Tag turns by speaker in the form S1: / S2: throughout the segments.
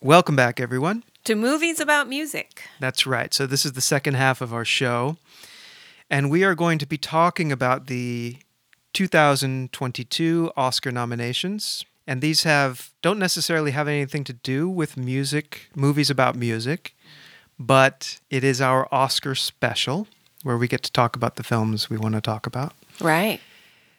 S1: Welcome back, everyone.
S2: to movies about music.
S1: That's right. So, this is the second half of our show. And we are going to be talking about the 2022 Oscar nominations. And these have don't necessarily have anything to do with music, movies about music, but it is our Oscar special where we get to talk about the films we want to talk about.
S2: Right.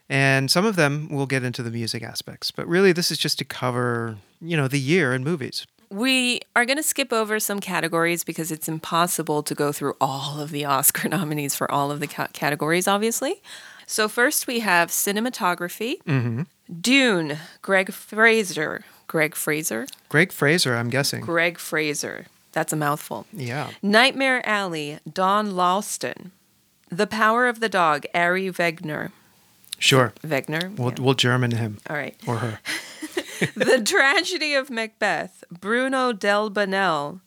S1: And some of them we'll get into the music aspects, but really this is just to cover, you know, the year in movies.
S2: We are going to skip over some categories because it's impossible to go through all of the Oscar nominees for all of the ca- categories, obviously. So, first we have cinematography Dune, Greg Fraser. Greg Fraser?
S1: Greg Fraser, I'm guessing.
S2: Greg Fraser. That's a mouthful.
S1: Yeah.
S2: Nightmare Alley, Don Lawston. The Power of the Dog, Ari Wegner.
S1: Sure.
S2: Wegner?
S1: We'll
S2: Yeah.
S1: we'll German him
S2: All right.
S1: or her.
S2: the Tragedy of Macbeth, Bruno Delbanel,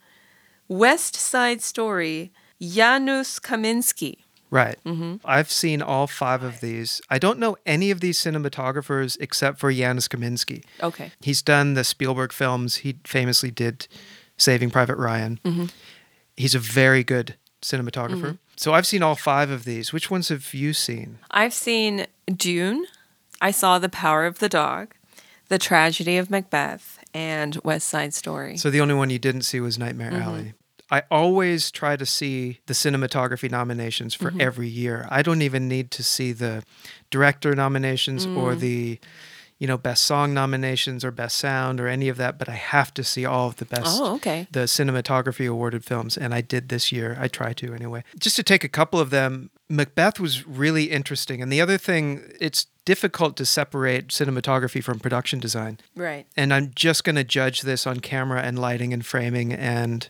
S2: West Side Story, Janusz Kaminski.
S1: Right.
S2: Mm-hmm.
S1: I've seen all five of these. I don't know any of these cinematographers except for Janusz Kaminski.
S2: Okay.
S1: He's done the Spielberg films. He famously did Saving Private Ryan.
S2: Mm-hmm.
S1: He's a very good cinematographer. So I've seen all five of these. Which ones have you seen?
S2: I've seen Dune. I saw The Power of the Dog, The Tragedy of Macbeth, and West Side Story.
S1: So the only one you didn't see was Nightmare Alley. I always try to see the cinematography nominations for every year. I don't even need to see the director nominations or the you know best song nominations or best sound or any of that, but I have to see all of the best
S2: Oh, okay.
S1: the cinematography awarded films and I did this year. I try to anyway. Just to take a couple of them, Macbeth was really interesting. And the other thing, it's difficult to separate cinematography from production design
S2: Right.
S1: and I'm just going to judge this on camera and lighting and framing and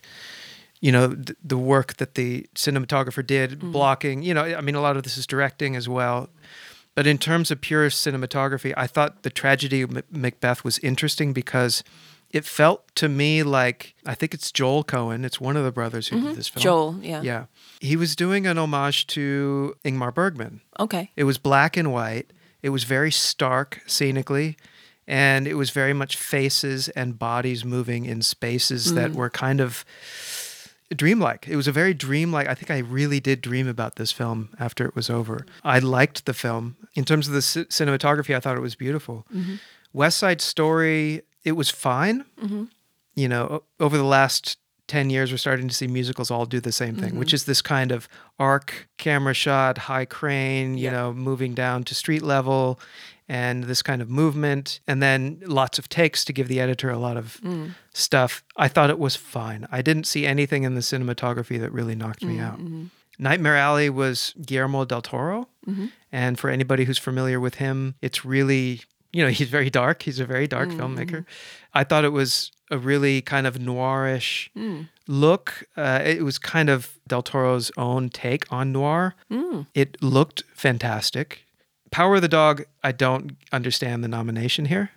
S1: you know th- the work that the cinematographer did
S2: Mm-hmm.
S1: blocking you know I mean a lot of this is directing as well but in terms of pure cinematography I thought the tragedy of Mac- Macbeth was interesting because it felt to me like I think it's Joel Cohen it's one of the brothers who did this film
S2: Mm-hmm. Joel, yeah.
S1: yeah he was doing an homage to Ingmar Bergman
S2: Okay.
S1: it was black and white. It was very stark scenically, and it was very much faces and bodies moving in spaces that were kind of dreamlike. It was a very dreamlike. I think I really did dream about this film after it was over. I liked the film. In terms of the c- cinematography, I thought it was beautiful. West Side Story, it was fine. You know, o- over the last 10 years, we're starting to see musicals all do the same thing, which is this kind of arc camera shot, high crane, you
S2: Yeah.
S1: know, moving down to street level and this kind of movement. And then lots of takes to give the editor a lot of stuff. I thought it was fine. I didn't see anything in the cinematography that really knocked me out. Nightmare Alley was Guillermo del Toro. And for anybody who's familiar with him, it's really, you know, he's very dark. He's a very dark filmmaker. I thought it was a really kind of noirish look. Uh, it was kind of Del Toro's own take on noir. It looked fantastic. Power of the Dog, I don't understand the nomination here.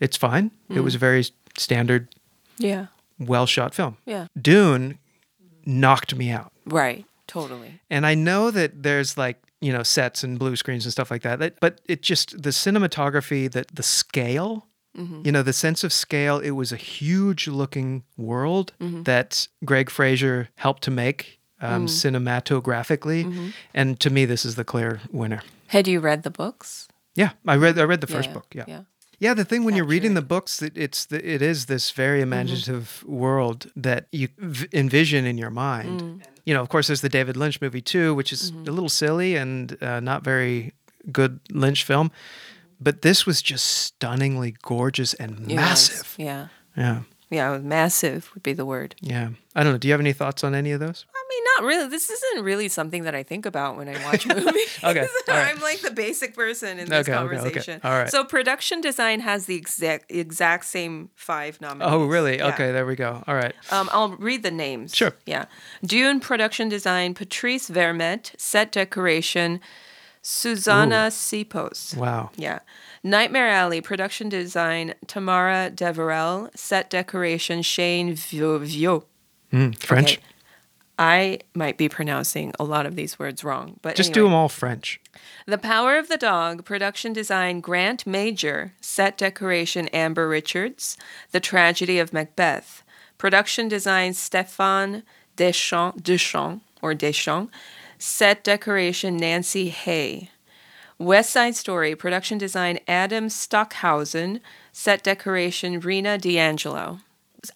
S1: It's fine. It was a very standard,
S2: Yeah.
S1: well shot film.
S2: Yeah.
S1: Dune knocked me out.
S2: Right. Totally.
S1: And I know that there's like, you know, sets and blue screens and stuff like that. that- But it just, the cinematography, that the scale, you know, the sense of scale, it was a huge looking world that Greg Fraser helped to make um, cinematographically. And to me, this is the clear winner.
S2: Had you read the books?
S1: Yeah, I read. I read the first book. Yeah, yeah.
S2: Yeah.
S1: the thing when you're reading the books, that it's the, it is this very
S2: Mm-hmm.
S1: imaginative world that you v- envision in your mind.
S2: Mm.
S1: You know, of course, there's the David Lynch movie too, which is
S2: Mm-hmm.
S1: a little silly and uh, not very good Lynch film, but this was just stunningly gorgeous and
S2: It was-
S1: massive.
S2: Yeah.
S1: Yeah,
S2: Yeah. Massive would be the word.
S1: yeah. I don't know. Do you have any thoughts on any of those?
S2: I mean, not really. This isn't really something that I think about when I watch movies.
S1: Okay, all right.
S2: I'm like the basic person in this
S1: Okay, okay, okay.
S2: conversation.
S1: All right.
S2: So production design has the exact exact same five nominees.
S1: Oh, really?
S2: Yeah.
S1: Okay, there we go. All right.
S2: Um, I'll read the names.
S1: Sure.
S2: Yeah. Dune production design, Patrice Vermette, set decoration, Susanna Sipos.
S1: Wow.
S2: Yeah. Nightmare Alley, production design, Tamara Deverell, set decoration, Shane Vieux.
S1: Mm, French.
S2: Okay. I might be pronouncing a lot of these words wrong, but
S1: Just do
S2: anyway.
S1: them all French.
S2: The Power of the Dog, production design Grant Major, set decoration Amber Richards, The Tragedy of Macbeth, Production design Stéphane Deschamps, Deschamps or Deschamps. Set decoration Nancy Hay. West Side Story, production design Adam Stockhausen, set decoration Rena D'Angelo.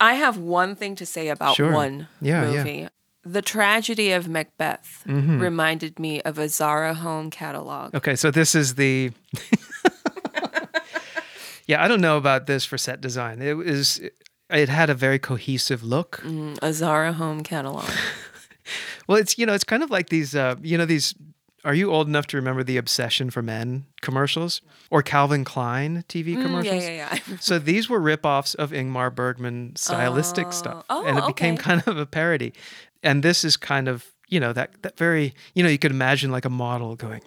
S2: I have one thing to say about
S1: Sure.
S2: one
S1: Yeah, yeah.
S2: movie. The tragedy of Macbeth
S1: Mm-hmm.
S2: reminded me of a Zara home catalog.
S1: Okay, so this is the. yeah, I don't know about this for set design. It was. It had a very cohesive look.
S2: Mm, A Zara home catalog.
S1: Well, it's you know, it's kind of like these. Uh, you know, these. Are you old enough to remember the Obsession for Men commercials or Calvin Klein TV
S2: Mm, yeah,
S1: commercials?
S2: yeah, yeah.
S1: So these were ripoffs of Ingmar Bergman stylistic stuff,
S2: Oh,
S1: and it became
S2: okay.
S1: kind of a parody. And this is kind of you know that that very you know you could imagine like a model going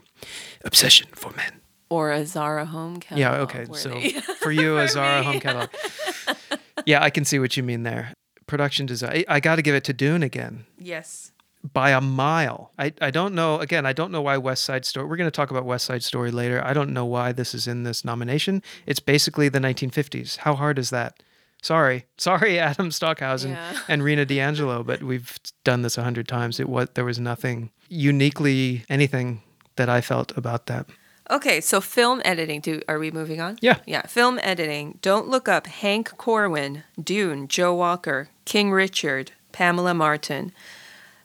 S1: obsession for men.
S2: Or a Zara home catalog.
S1: Yeah, okay.
S2: where
S1: So
S2: they-
S1: Oh, for you, a Zara home catalog. Yeah, I can see what you mean there. Production design. I, I got to give it to Dune again
S2: yes.
S1: by a mile. I, I don't know. Again, I don't know why West Side Story. We're going to talk about West Side Story later. I don't know why this is in this nomination. It's basically the 1950s. How hard is that? Sorry, sorry, Adam Stockhausen
S2: Yeah.
S1: and Rena D'Angelo, but we've done this a hundred times. It was there was nothing uniquely anything that I felt about that.
S2: Okay, so film editing. Do are we moving on?
S1: Yeah.
S2: Yeah, film editing. Don't look up Hank Corwin, Dune, Joe Walker, King Richard, Pamela Martin,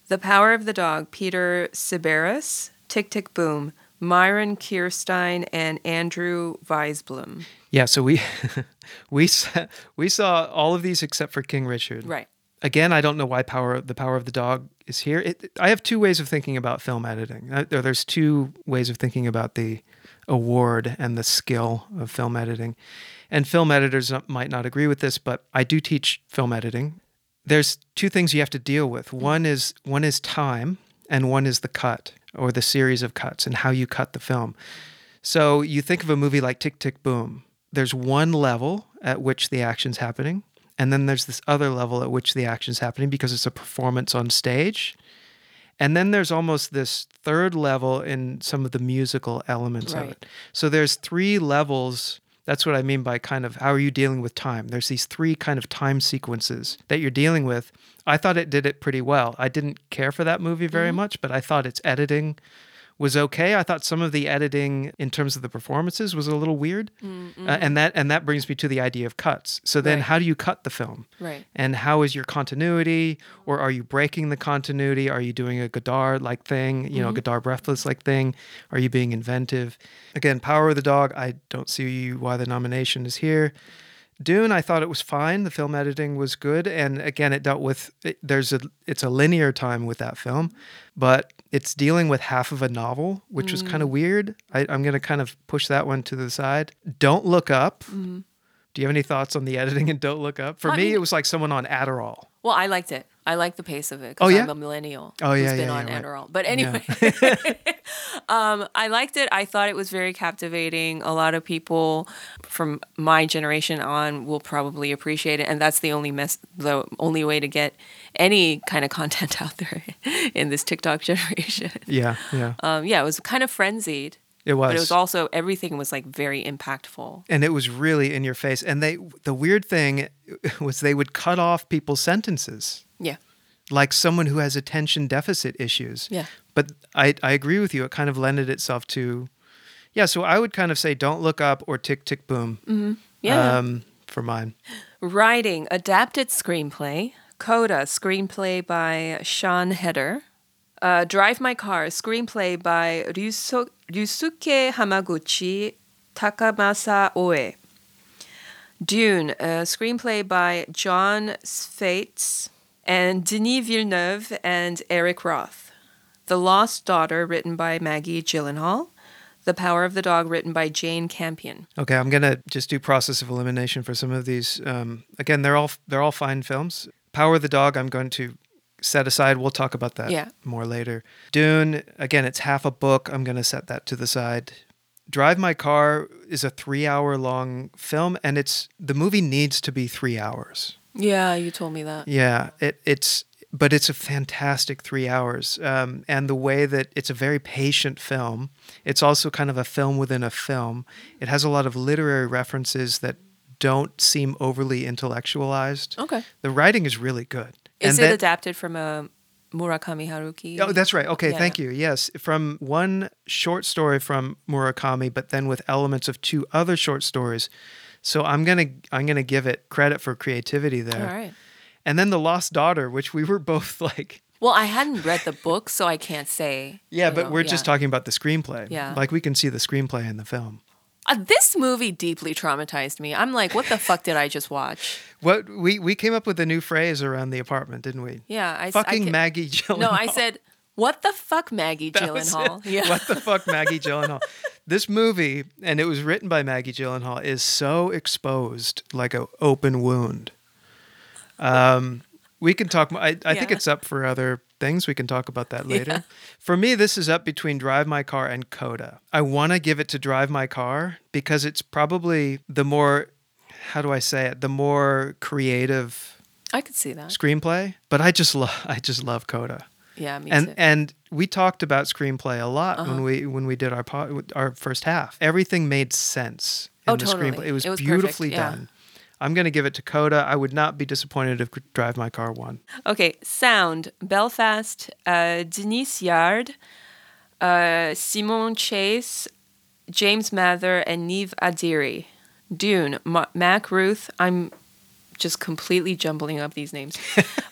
S2: The Power of the Dog, Peter Siberis, Tick Tick Boom, Myron Kirstein, and Andrew Weisblum.
S1: Yeah, so we we sa- we saw all of these except for King Richard.
S2: Right.
S1: Again, I don't know why power the power of the dog is here. It, I have two ways of thinking about film editing. Uh, there- There's two ways of thinking about the award and the skill of film editing. And film editors uh, might not agree with this, but I do teach film editing. There's two things you have to deal with. One is one is time and one is the cut or the series of cuts and how you cut the film. So you think of a movie like Tick Tick Boom. There's one level at which the action's happening, and then there's this other level at which the action's happening because it's a performance on stage. And then there's almost this third level in some of the musical elements of
S2: Right.
S1: it. So there's three levels. That's what I mean by kind of how are you dealing with time? There's these three kind of time sequences that you're dealing with. I thought it did it pretty well. I didn't care for that movie very much, but I thought its editing was okay. I thought some of the editing in terms of the performances was a little weird, Uh, and that and that brings me to the idea of cuts. So then,
S2: Right.
S1: how do you cut the film?
S2: Right.
S1: And how is your continuity, or are you breaking the continuity? Are you doing a Godard like thing, you know, Godard Breathless like thing? Are you being inventive? Again, Power of the Dog. I don't see why the nomination is here. Dune, I thought it was fine. The film editing was good, and again, it dealt with it, there's a it's a linear time with that film, but it's dealing with half of a novel, which was kind of weird. I, I'm gonna kind of push that one to the side. Don't look up. Do you have any thoughts on the editing and Don't Look Up? For
S2: I
S1: me,
S2: mean-
S1: it was like someone on Adderall.
S2: Well, I liked it. I like the pace of it because
S1: Oh, yeah?
S2: I'm a millennial.
S1: Oh, yeah,
S2: who's been
S1: yeah,
S2: on
S1: yeah, right.
S2: Adderall. But anyway, um, I liked it. I thought it was very captivating. A lot of people from my generation on will probably appreciate it, and that's the only mess, the only way to get any kind of content out there in this TikTok generation.
S1: Yeah, yeah,
S2: Um, yeah, it was kind of frenzied,
S1: it was.
S2: but it was also everything was like very impactful.
S1: and it was really in your face. And they the weird thing was they would cut off people's sentences,
S2: Yeah,
S1: like someone who has attention deficit issues.
S2: Yeah.
S1: But I I agree with you. It kind of lended itself to, yeah. So I would kind of say Don't Look Up or Tick Tick Boom.
S2: yeah.
S1: Um, for mine.
S2: Writing adapted screenplay. Coda screenplay by Sean Heder. Uh, Drive My Car screenplay by Ryuso- Ryusuke Hamaguchi, Takamasa Oe. Dune uh, screenplay by John Spates and Denis Villeneuve and Eric Roth. The Lost Daughter written by Maggie Gyllenhaal. The Power of the Dog written by Jane Campion.
S1: Okay, I'm gonna just do process of elimination for some of these. Um, again, they're all they're all fine films. Power of the Dog, I'm going to set aside. We'll talk about that
S2: Yeah.
S1: more later. Dune, again, it's half a book. I'm gonna set that to the side. Drive My Car is a three hour long film, and it's the movie needs to be three hours.
S2: Yeah, you told me that.
S1: Yeah, it, it's but it's a fantastic three hours, um, and the way that it's a very patient film. It's also kind of a film within a film. It has a lot of literary references that don't seem overly intellectualized.
S2: Okay.
S1: The writing is really good.
S2: Oh.
S1: And
S2: Is it
S1: that-
S2: adapted from a Murakami Haruki?
S1: Oh, that's right. Okay,
S2: Yeah,
S1: thank
S2: yeah.
S1: you. Yes, from one short story from Murakami, but then with elements of two other short stories. So I'm gonna I'm gonna give it credit for creativity there.
S2: All right.
S1: And then the Lost Daughter, which we were both like,
S2: Well, I hadn't read the book, so I can't say.
S1: yeah,
S2: you
S1: but
S2: know,
S1: we're just
S2: yeah.
S1: talking about the screenplay.
S2: Yeah.
S1: like we can see the screenplay in the film.
S2: Uh, this movie deeply traumatized me. I'm like, what the fuck did I just watch?
S1: What we we came up with a new phrase around the apartment, didn't we?
S2: Yeah, I s- I
S1: fucking
S2: ca-
S1: Maggie Gyllenhaal.
S2: No, I said, what the fuck, Maggie
S1: That was
S2: Gyllenhaal?
S1: it.
S2: Yeah.
S1: What the fuck, Maggie Gyllenhaal? This movie, and it was written by Maggie Gyllenhaal, is so exposed, like a open wound. Um, we can talk. mo- I, I think
S2: Yeah.
S1: it's up for other things. We can talk about that later. For me, this is up between Drive My Car and Coda. I want to give it to Drive My Car because it's probably the more, how do I say it, the more creative
S2: I could see that.
S1: screenplay. But I just love, I just love Coda
S2: Yeah, me
S1: and
S2: too. Uh-huh.
S1: and we talked about screenplay a lot when we when we did our po- our first half. Everything made sense in
S2: Oh,
S1: the
S2: totally.
S1: screenplay. It was,
S2: It was perfect,
S1: beautifully
S2: yeah.
S1: done. I'm going to give it to Coda. I would not be disappointed if Drive My Car won.
S2: Okay, sound Belfast, uh, Denise Yard, uh, Simon Chase, James Mather, and Neve Adiri. Dune, Ma- Mac Ruth. I'm just completely jumbling up these names.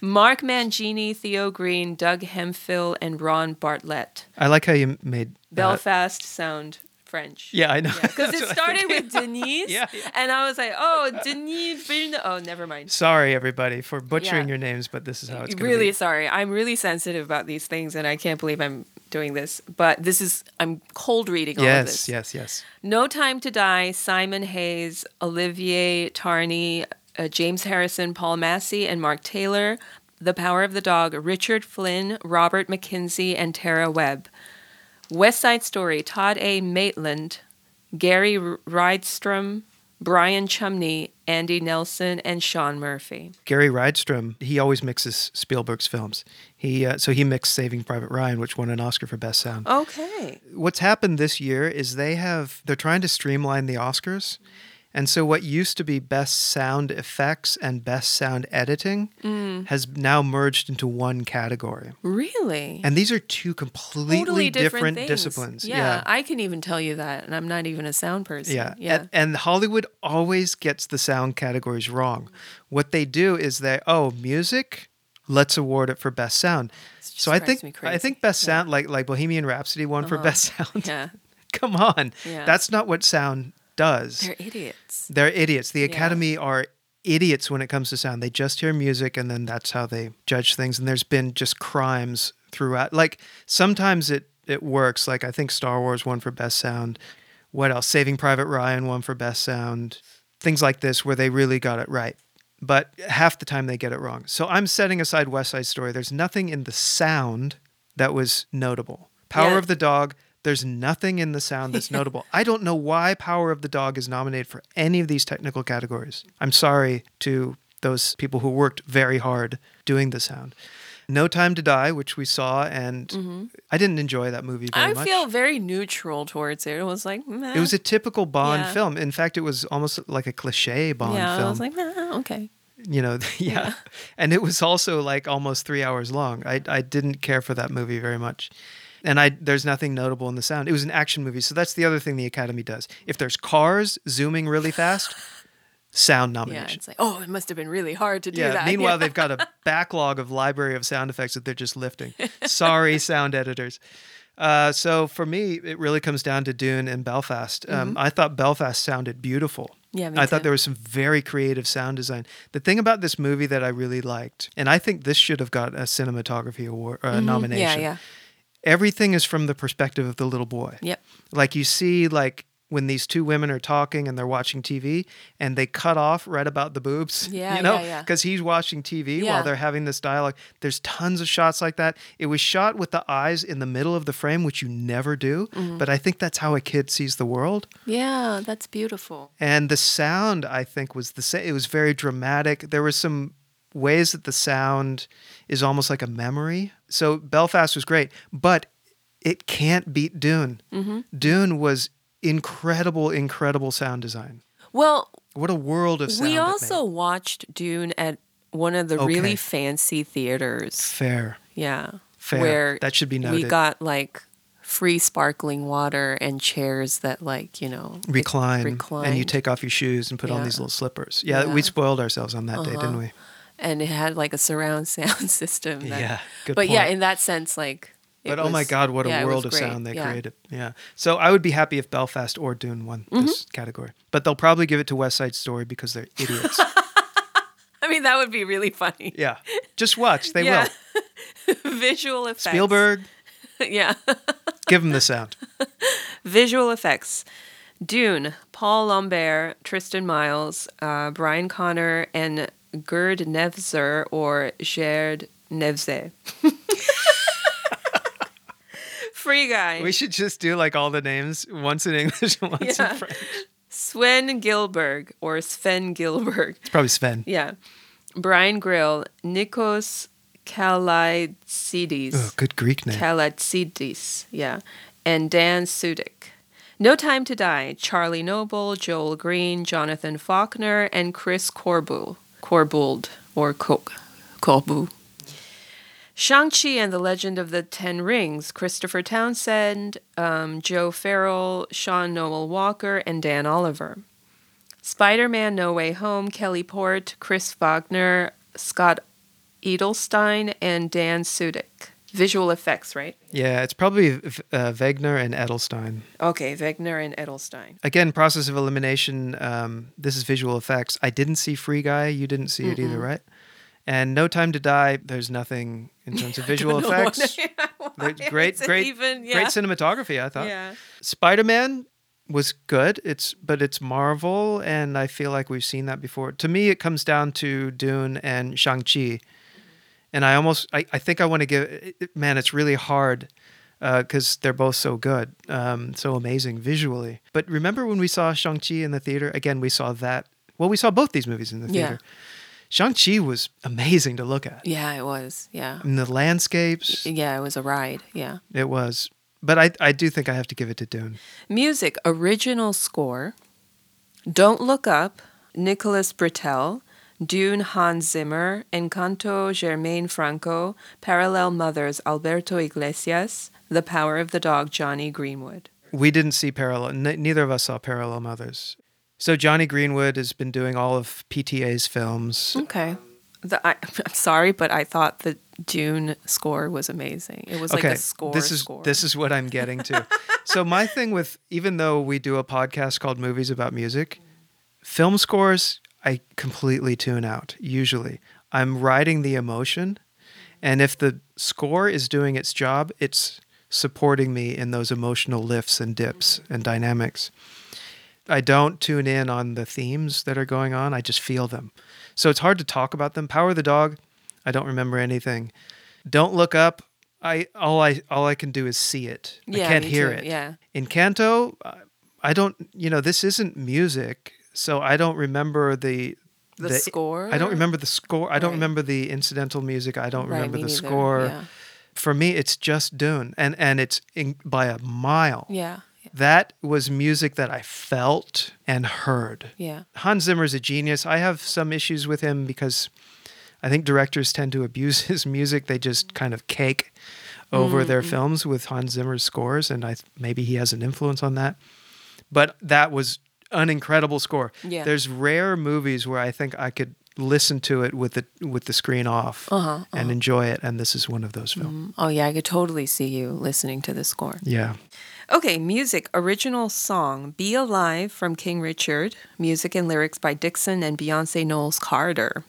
S2: Mark Mangini, Theo Green, Doug Hemphil, and Ron Bartlett.
S1: I like how you made that.
S2: Belfast sound French.
S1: Uh, Yeah, I know.
S2: Because
S1: That's
S2: it
S1: what I
S2: started
S1: think.
S2: with Denise,
S1: Yeah, yeah.
S2: and I was like, "Oh, Denise." Villeneuve- Oh, never mind.
S1: Sorry, everybody, for butchering
S2: Yeah.
S1: your names, but this is how it's going
S2: really
S1: Be.
S2: sorry. I'm really sensitive about these things, and I can't believe I'm doing this. But this is I'm cold reading all of
S1: Yes,
S2: this.
S1: yes, yes.
S2: No Time to Die, Simon Hayes, Olivier Tarney, uh, James Harrison, Paul Massey, and Mark Taylor. The Power of the Dog, Richard Flynn, Robert McKinsey, and Tara Webb. West Side Story, Todd A. Maitland, Gary R- Rydstrom, Brian Chumney, Andy Nelson, and Sean Murphy.
S1: Gary Rydstrom, he always mixes Spielberg's films. He uh, so he mixed Saving Private Ryan, which won an Oscar for Best Sound.
S2: Okay.
S1: what's happened this year is they have they're trying to streamline the Oscars. And so what used to be best sound effects and best sound editing
S2: Mm.
S1: has now merged into one category.
S2: Really?
S1: And these are two completely
S2: totally different,
S1: different,
S2: things.
S1: disciplines.
S2: Yeah, I can even tell you that, and I'm not even a sound person.
S1: Yeah.
S2: yeah.
S1: And, and Hollywood always gets the sound categories wrong. What they do is they, oh, music, let's award it for best sound.
S2: just
S1: So I
S2: drives
S1: think
S2: me
S1: I
S2: crazy. Uh-huh.
S1: think best sound like like Bohemian Rhapsody won for best sound.
S2: Yeah.
S1: Come on.
S2: Yeah.
S1: That's not what sound does.
S2: They're
S1: They're,
S2: idiots.
S1: idiots. The Academy are idiots when it comes to sound. They just hear music and then that's how they judge things. And there's been just crimes throughout. Like sometimes it, it works. Like I think Star Wars won for best sound. What else? Saving Private Ryan won for best sound. Things like this where they really got it right. But half the time they get it wrong. So I'm setting aside West Side Story. There's nothing in the sound that was notable. Power
S2: Yeah.
S1: of the Dog, there's nothing in the sound that's notable. I don't know why Power of the Dog is nominated for any of these technical categories. I'm sorry to those people who worked very hard doing the sound. No Time to Die, which we saw, and I didn't enjoy that movie very
S2: Mm-hmm. I
S1: much.
S2: feel very neutral towards it. It was like, meh.
S1: it was a typical Bond
S2: Yeah.
S1: film. In fact, it was almost like a cliche Bond
S2: yeah.
S1: film.
S2: I was like, meh, okay.
S1: you know, yeah. And it was also like almost three hours long. I, I didn't care for that movie very much. And I there's nothing notable in the sound. It was an action movie. So that's the other thing the Academy does. If there's cars zooming really fast, sound
S2: Yeah,
S1: nomination.
S2: it's like, oh, it must have been really hard to do
S1: Yeah.
S2: that.
S1: Meanwhile, they've got a backlog of library of sound effects that they're just lifting. Sorry, sound editors. Uh, so for me, it really comes down to Dune and Belfast. Um, I thought Belfast sounded beautiful.
S2: Mm-hmm. Yeah, me
S1: I
S2: too.
S1: thought there was some very creative sound design. The thing about this movie that I really liked, and I think this should have got a cinematography award uh, nomination.
S2: Mm-hmm. yeah, yeah.
S1: Everything is from the perspective of the little boy
S2: Yep.
S1: like you see like when these two women are talking and they're watching TV and they cut off right about the boobs,
S2: Yeah,
S1: you know,
S2: yeah, yeah.
S1: because he's watching TV
S2: Yeah.
S1: while they're having this dialogue. There's tons of shots like that. It was shot with the eyes in the middle of the frame, which you never do,
S2: Mm-hmm.
S1: but I think that's how a kid sees the world.
S2: Yeah, that's beautiful.
S1: And the sound, I think, was the same. It was very dramatic. There were some ways that the sound is almost like a memory. So Belfast was great, but it can't beat
S2: Mm-hmm.
S1: Dune. Dune was incredible, incredible sound design.
S2: Well,
S1: What a world of sound.
S2: we
S1: it made.
S2: also watched Dune at one of the
S1: Okay.
S2: really fancy theaters.
S1: fair.
S2: Yeah.
S1: Fair.
S2: Where
S1: That should be
S2: we
S1: noted.
S2: got like free sparkling water and chairs that like, you know,
S1: Recline, and you
S2: reclined.
S1: take off your shoes and put on
S2: Yeah.
S1: these little slippers. Yeah,
S2: Yeah. Uh-huh.
S1: we spoiled ourselves on that day, didn't we?
S2: and it had like a surround sound system. That,
S1: Yeah, good
S2: But yeah,
S1: point.
S2: in that sense, like. it
S1: But oh my
S2: was-
S1: God, what a
S2: yeah, it was
S1: world of
S2: great.
S1: sound they
S2: Yeah.
S1: created. Yeah. So I would be happy if Belfast or Dune won
S2: Mm-hmm.
S1: this category. But they'll probably give it to West Side Story because they're idiots.
S2: I mean, that would be really funny.
S1: yeah. Just watch. They
S2: Yeah.
S1: will.
S2: Visual effects.
S1: Spielberg,
S2: yeah.
S1: give them the sound.
S2: Visual effects. Dune, Paul Lambert, Tristan Miles, uh, Brian Connor, and Gerd Nevzer or Gerd Nevze. Free guy.
S1: We should just do like all the names once in English and once
S2: Yeah.
S1: in French.
S2: Sven Gilberg or Sven Gilberg.
S1: It's probably Sven.
S2: Yeah. Brian Grill, Nikos Kalaitsidis.
S1: Oh, good Greek name.
S2: Kalatsidis, yeah, and Dan Sudik. No Time to Die, Charlie Noble, Joel Green, Jonathan Faulkner, and Chris Corbu, Corbould, or Co- Corbu. Shang-Chi and the Legend of the Ten Rings, Christopher Townsend, um, Joe Farrell, Sean Noel Walker, and Dan Oliver. Spider-Man No Way Home, Kelly Port, Chris Wagner, Scott Edelstein, and Dan Sudik. Visual effects, right?
S1: yeah, it's probably uh, Wegner and Edelstein.
S2: Okay, Wagner and Edelstein.
S1: Again, process of elimination. Um, this is visual effects. I didn't see Free Guy. You didn't see it either, right? And No Time to Die. There's nothing in terms of visual effects. They're great, great, great cinematography. I thought.
S2: Yeah.
S1: Spider Man was good. It's but it's Marvel, and I feel like we've seen that before. To me, it comes down to Dune and Shang Chi, and I almost I, I think I want to give it- it- man. It's really hard because they're both so good, um, so amazing visually. But remember when we saw Shang Chi in the theater? Again, we saw that. Well, we saw both these movies in the
S2: Yeah.
S1: theater. Shang Chi was amazing to look at.
S2: Yeah, it was. Yeah.
S1: And the landscapes,
S2: Yeah, it was a ride. Yeah.
S1: it was. But I, I do think I have to give it to Dune.
S2: Music, original score. Don't Look Up, Nicholas Britell, Dune Hans Zimmer, Encanto Germaine Franco, Parallel Mothers Alberto Iglesias, The Power of the Dog Johnny Greenwood.
S1: We didn't see Parallel. N- neither of us saw Parallel Mothers. So Johnny Greenwood has been doing all of PTA's films.
S2: Okay. The, I, I'm sorry, but I thought the Dune score was amazing. It was like a score.
S1: this is
S2: score.
S1: this is what I'm getting to. so my thing with even though we do a podcast called Movies About Music, film scores I completely tune out usually. I'm riding the emotion, and if the score is doing its job, it's supporting me in those emotional lifts and dips
S2: Mm-hmm.
S1: and dynamics. I don't tune in on the themes that are going on. I just feel them. So it's hard to talk about them. Power of the Dog, I don't remember anything. Don't look up. I all I all I can do is see it.
S2: Yeah,
S1: I can't
S2: me
S1: hear
S2: too.
S1: it.
S2: Yeah.
S1: In Canto, I- I don't. You know, this isn't music, so I don't remember the
S2: The score?
S1: I don't remember the score. I don't
S2: Right.
S1: remember the incidental music. I don't
S2: Right,
S1: remember
S2: me
S1: the
S2: neither.
S1: score.
S2: Yeah.
S1: For me, it's just Dune, and and it's in, by a mile.
S2: Yeah. yeah,
S1: That was music that I felt and heard.
S2: Yeah.
S1: Hans Zimmer's a genius. I have some issues with him because I think directors tend to abuse his music. They just kind of cake over
S2: Mm-hmm.
S1: their films with Hans Zimmer's scores, and I maybe he has an influence on that. But that was an incredible score.
S2: Yeah.
S1: There's rare movies where I think I could listen to it with the with the screen off
S2: Uh-huh,
S1: and enjoy it, and this is one of those films.
S2: Mm, Oh, yeah. I could totally see you listening to the score.
S1: Yeah.
S2: Okay, music, original song Be Alive from King Richard, music and lyrics by Dixon and Beyonce Knowles Carter.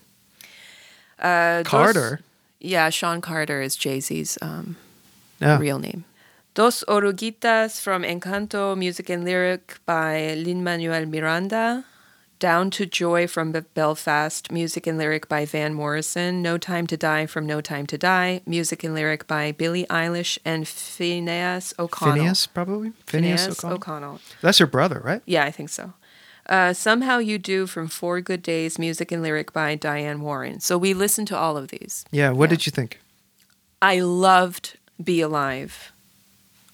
S2: Uh, Dos-
S1: Carter.
S2: yeah, Sean Carter is Jay Z's um,
S1: Yeah.
S2: real name. Dos Oruguitas from Encanto, music and lyric by Lin Manuel Miranda. Down to Joy from Be- Belfast, music and lyric by Van Morrison. No Time to Die from No Time to Die, music and lyric by Billie Eilish and Phineas O'Connell.
S1: Phineas, probably. Phineas, O'Connell.
S2: O'Connell.
S1: That's your brother, right?
S2: Yeah, I think so. Uh, Somehow You Do from Four Good Days, music and lyric by Diane Warren. So we listened to all of these.
S1: Yeah. What
S2: Yeah.
S1: did you think?
S2: I loved Be Alive.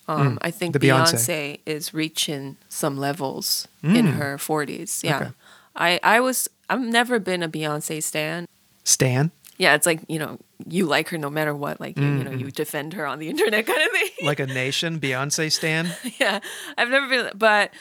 S2: Um, I think
S1: Mm, the
S2: Beyonce.
S1: Beyonce.
S2: is reaching some levels in her 40s. Yeah.
S1: Mm. Okay.
S2: I I was I've never been a Beyonce stan.
S1: Stan,
S2: Yeah, it's like you know you like her no matter what. Like you, you
S1: Mm-hmm.
S2: know you defend her on the internet kind of thing.
S1: like a nation, Beyonce Stan.
S2: yeah, I've never been, but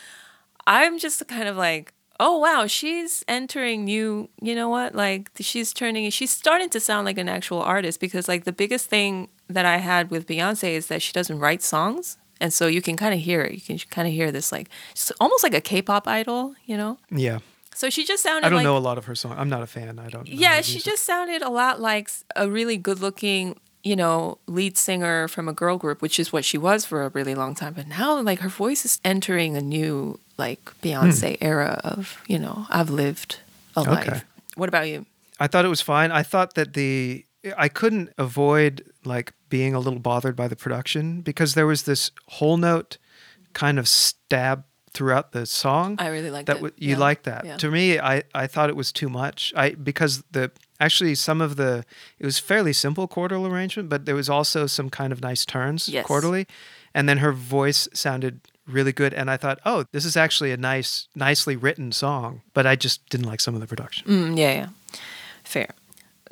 S2: I'm just kind of like, oh wow, she's entering new. You know what? Like she's turning. She's starting to sound like an actual artist because like the biggest thing that I had with Beyonce is that she doesn't write songs, and so you can kind of hear it. You can kind of hear this like she's almost like a K-pop idol. You know.
S1: Yeah,
S2: So she just sounded.
S1: I don't
S2: like,
S1: know a lot of her songs. I'm not a fan. I don't. know
S2: yeah,
S1: her
S2: she
S1: music.
S2: just sounded a lot like s- a really good looking, you know, lead singer from a girl group, which is what she was for a really long time. But now, like, her voice is entering a new, like, Beyonce
S1: Hmm.
S2: era of, you know, I've lived a life. What about you?
S1: I thought it was fine. I thought that the I couldn't avoid like being a little bothered by the production because there was this whole note kind of stab throughout the song.
S2: I really liked
S1: that
S2: it.
S1: w- you
S2: Yeah.
S1: like that.
S2: Yeah.
S1: To me, I I thought it was too much. I because the actually some of the it was fairly simple chordal arrangement, but there was also some kind of nice turns
S2: Yes.
S1: quarterly, and then her voice sounded really good and i thought oh this is actually a nice nicely written song but i just didn't like some of the production
S2: Mm, yeah, yeah. Fair.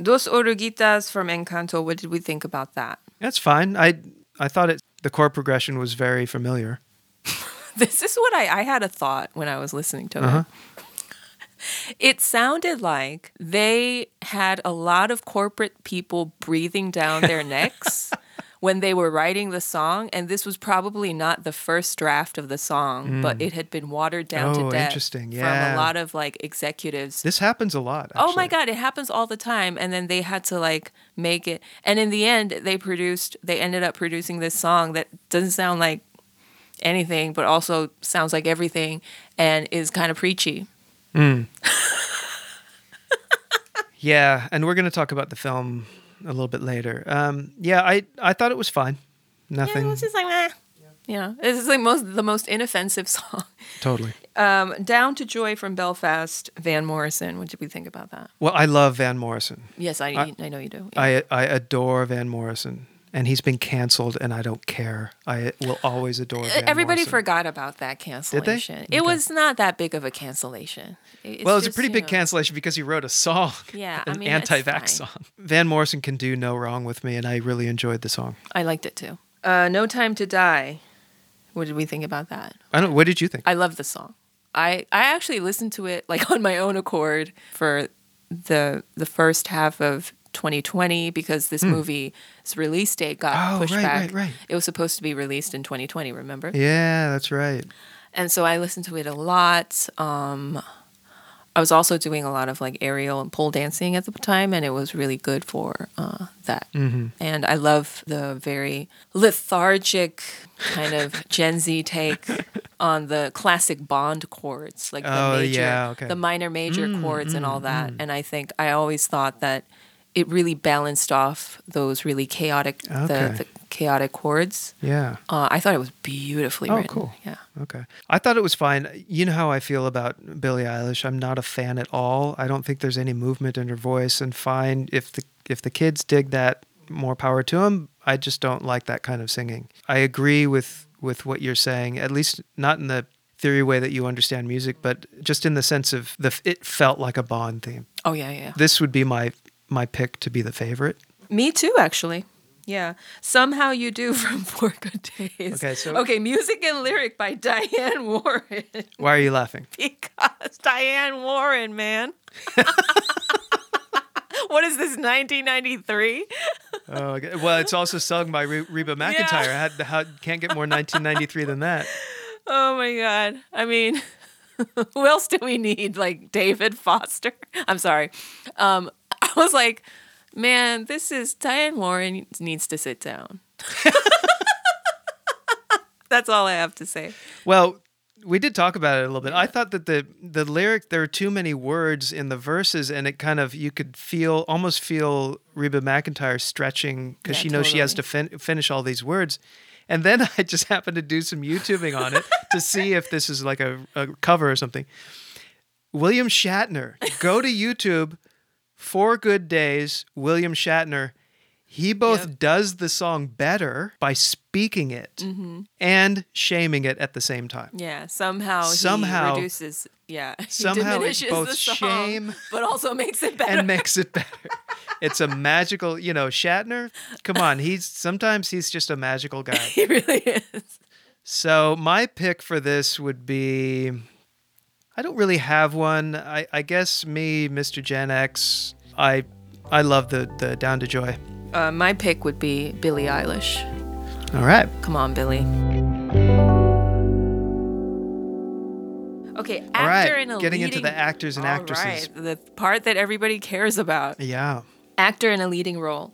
S2: Dos Oruguitas from Encanto, what did we think about that?
S1: That's fine. I I thought it the chord progression was very familiar.
S2: this is what I, I had a thought when I was listening to
S1: Uh-huh.
S2: it. It sounded like they had a lot of corporate people breathing down their necks when they were writing the song, and this was probably not the first draft of the song, but it had been watered down
S1: Mm. Oh,
S2: to death
S1: interesting.
S2: from
S1: Yeah.
S2: a lot of like executives
S1: This happens a lot.
S2: Oh my
S1: actually.
S2: god, it happens all the time and then they had to like make it and in the end they produced they ended up producing this song that doesn't sound like anything but also sounds like everything and is kind of preachy.
S1: Yeah, and we're going to talk about the film a little bit later. Um, yeah, I I thought it was fine.
S2: Yeah, it
S1: Nothing
S2: was just like meh. You know, this is like most the most inoffensive song.
S1: totally.
S2: Um, Down to Joy from Belfast, Van Morrison. What did we think about that?
S1: Well, I love Van Morrison.
S2: Yes, I I, know you do. Yeah.
S1: I I adore Van Morrison, and he's been canceled, and I don't care. I will always adore. Van
S2: Everybody
S1: Morrison.
S2: forgot about that cancellation.
S1: Okay.
S2: It was not that big of a cancellation. It-
S1: Well, it's a
S2: just,
S1: pretty
S2: you
S1: big
S2: know.
S1: cancellation because he wrote a song,
S2: Yeah, I
S1: an
S2: mean, it's
S1: anti-vax
S2: fine.
S1: song. Van Morrison can do no wrong with me, and I really enjoyed the song.
S2: I liked it too. Uh, no Time to Die. What did we think about that?
S1: I don't. What did you think?
S2: I love the song. I, I actually listened to it like on my own accord for the the first half of 2020 because this movie's release date got
S1: Oh,
S2: pushed
S1: right,
S2: back.
S1: right, right.
S2: It was supposed to be released in 2020, remember?
S1: Yeah, that's right.
S2: And so I listened to it a lot. Um, I was also doing a lot of like aerial and pole dancing at the time, and it was really good for uh, that. Mm-hmm. And I love the very lethargic kind of Gen Z take on the classic Bond chords, like the
S1: Oh,
S2: major,
S1: yeah, okay. Mm,
S2: the minor major chords, and all that. And I think I always thought that it really balanced off those really chaotic,
S1: Okay.
S2: the, the chaotic chords.
S1: Yeah.
S2: Uh, I thought it was beautifully
S1: Oh,
S2: written.
S1: cool.
S2: Yeah.
S1: Okay. I thought it was fine. You know how I feel about Billie Eilish. I'm not a fan at all. I don't think there's any movement in her voice. And fine if the if the kids dig that, more power to them. I just don't like that kind of singing. I agree with with what you're saying. At least not in the theory way that you understand music, but just in the sense of the it felt like a Bond theme.
S2: Oh yeah, yeah.
S1: This would be my my pick to be the favorite.
S2: Me too, actually. Yeah. Somehow you do from Four Good Days.
S1: Okay, so-
S2: okay, music and lyric by Diane Warren
S1: Why are you laughing?
S2: because Diane Warren, man. what is this 1993?
S1: Oh, okay. well, it's also sung by Re- Reba McIntyre. How, how, can't get more 1993 than that.
S2: Oh my god. I mean, who else do we need? Like David Foster. I'm sorry. Um, I was like, man, this is Diane Warren needs to sit down. That's all I have to say.
S1: Well, we did talk about it a little bit. I thought that the the lyric there are too many words in the verses, and it kind of you could feel almost feel Reba McIntyre stretching because
S2: Yeah,
S1: she knows she has to fin- finish all these words. And then I just happened to do some YouTubing on it to see if this is like a, a cover or something. William Shatner, go to YouTube, Four Good Days, William Shatner. He both
S2: Yep.
S1: does the song better by speaking it
S2: Mm-hmm.
S1: and shaming it at the same time.
S2: Yeah, somehow
S1: Somehow-
S2: he reduces. Yeah, he
S1: somehow it
S2: diminishes
S1: both
S2: the song,
S1: shame
S2: but also makes it better.
S1: and makes it better. It's a magical, you know, Shatner. Come on, he's sometimes he's just a magical guy.
S2: he really is.
S1: So my pick for this would be I don't really have one. I, I guess me, Mr. Gen X, I I love the the Down to Joy.
S2: Uh, my pick would be Billie Eilish.
S1: All right.
S2: Come on, Billie. Okay, actor
S1: All right.
S2: in a
S1: Getting into
S2: leading-
S1: the actors and
S2: All
S1: actresses.
S2: right, the part that everybody cares about.
S1: Yeah.
S2: actor in a leading role.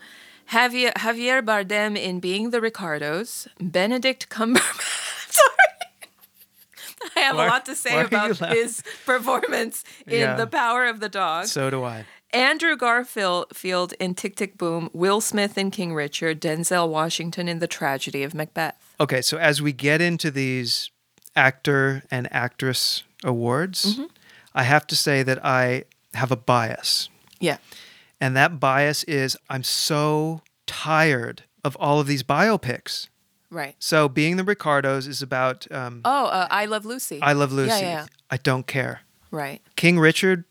S2: Javier, Javier Bardem in Being the Ricardos, Benedict Cumberbatch. Sorry. I have
S1: Why-
S2: a lot to
S1: why
S2: say
S1: are you
S2: about
S1: laughing?
S2: his performance in
S1: Yeah.
S2: The Power of the Dog.
S1: So do I.
S2: Andrew Garfield Field in Tick Tick Boom, Will Smith in King Richard, Denzel Washington in The Tragedy of Macbeth.
S1: Okay, so as we get into these actor and actress awards,
S2: Mm-hmm.
S1: I have to say that I have a bias.
S2: Yeah.
S1: And that bias is I'm so tired of all of these biopics.
S2: Right.
S1: So being the Ricardos is about um,
S2: Oh, uh, I Love Lucy.
S1: I Love Lucy.
S2: Yeah, yeah, yeah.
S1: I don't care.
S2: Right.
S1: King Richard,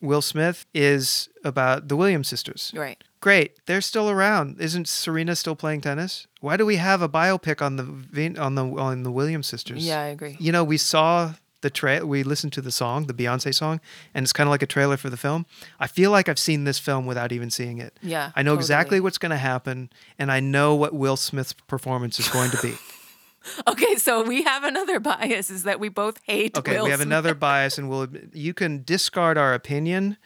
S1: Will Smith is about the Williams sisters.
S2: Right.
S1: Great, they're still around. Isn't Serena still playing tennis? Why do we have a biopic on the Vin- on the on the Williams sisters?
S2: Yeah, I agree.
S1: You know, we saw the trail. We listened to the song, the Beyonce song, and it's kind of like a trailer for the film. I feel like I've seen this film without even seeing it.
S2: Yeah,
S1: I know
S2: totally.
S1: exactly what's going to happen, and I know what Will Smith's performance is going to be.
S2: Okay, so we have another bias is that we both hate
S1: Okay,
S2: Will
S1: we have
S2: Smith.
S1: another bias, and we'll you can discard our opinion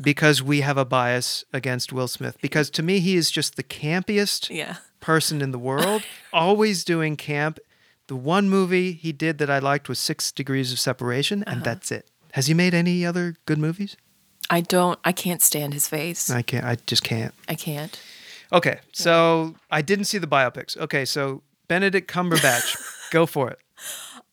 S1: because we have a bias against Will Smith. Because to me, he is just the campiest
S2: Yeah.
S1: person in the world, always doing camp. The one movie he did that I liked was Six Degrees of Separation,
S2: Uh-huh.
S1: and that's it. Has he made any other good movies?
S2: I don't. I can't stand his face.
S1: I can't. I just can't.
S2: I can't.
S1: Okay, so I didn't see the biopics. Okay, so Benedict Cumberbatch, go for it.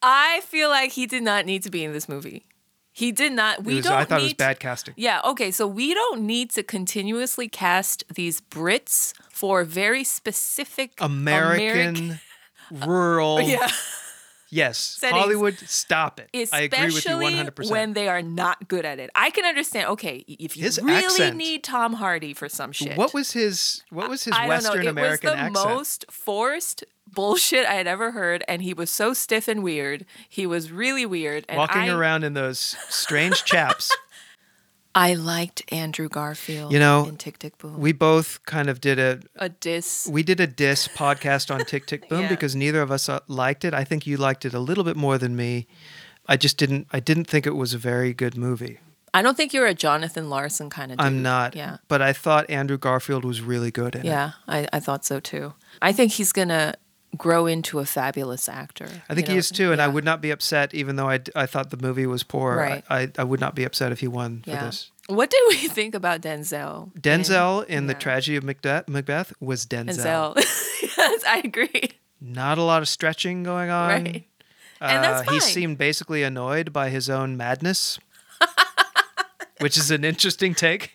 S2: I feel like he did not need to be in this movie. He did not.
S1: It
S2: We
S1: was-
S2: don't.
S1: I thought it
S2: need
S1: was bad casting.
S2: Yeah. Okay. So we don't need to continuously cast these Brits for very specific American-
S1: American, rural.
S2: yeah.
S1: Yes,
S2: settings.
S1: Hollywood, stop it. I
S2: Especially
S1: agree with you 100%.
S2: when they are not good at it. I can understand. Okay, if you
S1: His
S2: really
S1: accent.
S2: need Tom Hardy for some shit.
S1: what was his what was his
S2: I don't know.
S1: Western
S2: It
S1: American
S2: was the
S1: accent?
S2: most forced bullshit I had ever heard, and he was so stiff and weird. He was really weird. And
S1: Walking
S2: I,
S1: around in those strange chaps.
S2: I liked Andrew Garfield.
S1: You know,
S2: in Tick Tick Boom,
S1: We both kind of did a
S2: a diss.
S1: we did a diss podcast on Tick Tick Boom
S2: Yeah.
S1: because neither of us uh, liked it. I think you liked it a little bit more than me. I just didn't I didn't think it was a very good movie.
S2: I don't think you're a Jonathan Larson kind of. Dude.
S1: I'm not.
S2: Yeah,
S1: But I thought Andrew Garfield was really good in it.
S2: yeah. I, I thought so too. I think he's gonna grow into a fabulous actor.
S1: I think
S2: you
S1: he
S2: know?
S1: is too, and I would not be upset, even though I, d- I thought the movie was poor.
S2: Right.
S1: I, I, I would not be upset if he won for
S2: Yeah.
S1: this.
S2: What did we think about Denzel?
S1: Denzel in the
S2: yeah.
S1: tragedy of Macbeth, Macbeth was Denzel.
S2: Denzel. yes, I agree.
S1: Not a lot of stretching going on.
S2: Right. And that's
S1: Um, uh, He
S2: fine.
S1: seemed basically annoyed by his own madness, which is an interesting take.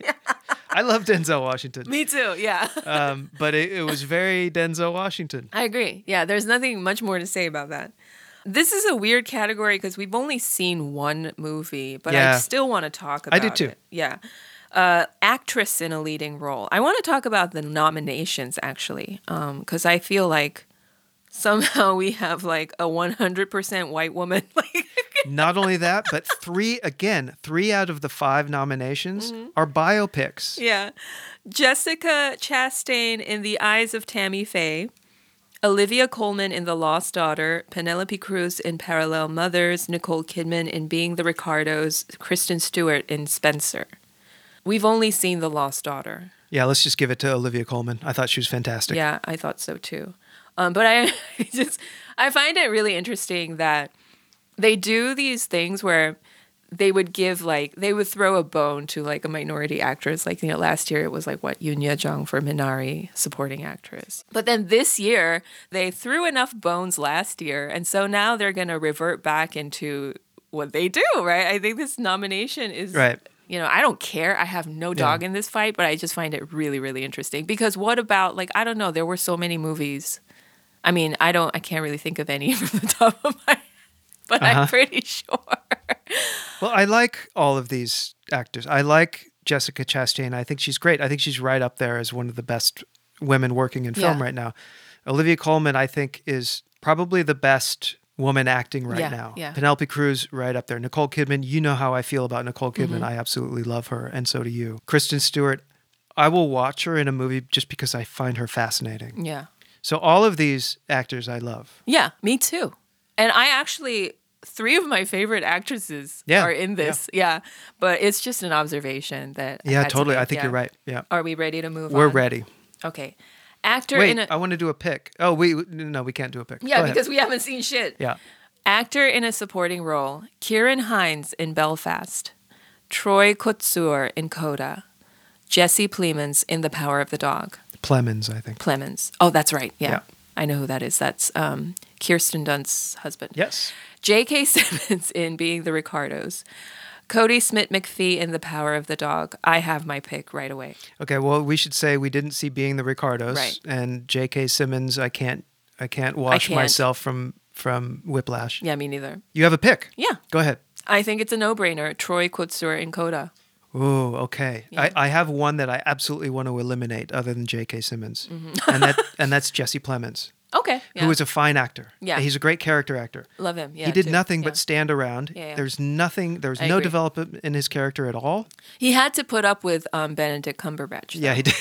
S1: I love Denzel Washington,
S2: Me too. Yeah.
S1: um, but it, it was very Denzel Washington.
S2: I agree. Yeah, there's nothing much more to say about that. This is a weird category because we've only seen one movie, but
S1: Yeah.
S2: I still want to talk about
S1: I do too.
S2: it. Yeah. Uh, actress in a leading role. I want to talk about the nominations actually, because I feel like somehow we have like a 100% white woman. Like,
S1: Not only that, but three again, three out of the five nominations are biopics.
S2: Mm-hmm. yeah. Jessica Chastain in The Eyes of Tammy Faye. Olivia Colman in The Lost Daughter, Penelope Cruz in Parallel Mothers, Nicole Kidman in Being the Ricardos, Kristen Stewart in Spencer. We've only seen The Lost Daughter.
S1: Yeah, let's just give it to Olivia Colman. I thought she was fantastic.
S2: Yeah, I thought so too. Um, but I just I find it really interesting that they do these things where they would give like they would throw a bone to like a minority actress. Like you know, last year it was like what Yunya Jung for Minari supporting actress. But then this year they threw enough bones last year, and so now they're gonna revert back into what they do, right? I think this nomination is
S1: Right.
S2: you know, I don't care. I have no dog in this fight, but I just find it really, really interesting. Because what about, like, I don't know, there were so many movies. I mean, I don't, I can't really think of any from the top of my head, but I'm pretty sure.
S1: Well, I like all of these actors. I like Jessica Chastain. I think she's great. I think she's right up there as one of the best women working in film
S2: Yeah.
S1: right now. Olivia Colman, I think, is probably the best woman acting right
S2: Yeah,
S1: now.
S2: yeah.
S1: Penelope Cruz, right up there. Nicole Kidman, you know how I feel about Nicole Kidman.
S2: Mm-hmm.
S1: I absolutely love her, and so do you. Kristen Stewart, I will watch her in a movie just because I find her fascinating.
S2: Yeah.
S1: So all of these actors I love.
S2: Yeah, me too. And I actually three of my favorite actresses
S1: Yeah,
S2: are in this. Yeah. But it's just an observation that I
S1: Yeah,
S2: had to
S1: totally. I
S2: make,
S1: think
S2: yeah.
S1: you're right. Yeah.
S2: Are we ready to move
S1: We're
S2: on?
S1: ready.
S2: Okay. Actor
S1: Wait,
S2: in
S1: I
S2: a
S1: want to do a pick. Oh, we no, we can't do a pick. Go
S2: Yeah,
S1: ahead.
S2: because we haven't seen shit.
S1: yeah.
S2: Actor in a supporting role. Kieran Hines in Belfast. Troy Kotsur in Coda. Jesse Plemons in The Power of the Dog.
S1: Plemons, I think.
S2: Plemons. Oh, that's right. Yeah.
S1: Yeah.
S2: I know who that is. That's um, Kirsten Dunst's husband.
S1: Yes.
S2: J.K. Simmons in Being the Ricardos, Cody Smith McPhee in The Power of the Dog. I have my pick right away.
S1: Okay. Well, we should say we didn't see Being the Ricardos
S2: Right.
S1: and J.K. Simmons. I can't. I can't wash
S2: can't.
S1: myself from from Whiplash.
S2: Yeah, me neither.
S1: You have a pick.
S2: Yeah.
S1: Go ahead.
S2: I think it's a no brainer. Troy Kotsur in Coda.
S1: Ooh, okay. I, I have one that I absolutely want to eliminate, other than J.K. Simmons, and that and that's Jesse Plemons,
S2: Okay. Mm-hmm. Yeah.
S1: who is a fine actor.
S2: Yeah.
S1: he's a great character actor.
S2: Love him. Yeah.
S1: he did
S2: too.
S1: nothing
S2: Yeah.
S1: but stand around.
S2: Yeah, yeah.
S1: There's nothing. There was
S2: I
S1: no
S2: agree.
S1: development in his character at all.
S2: He had to put up with um, Benedict Cumberbatch.
S1: Yeah, he did.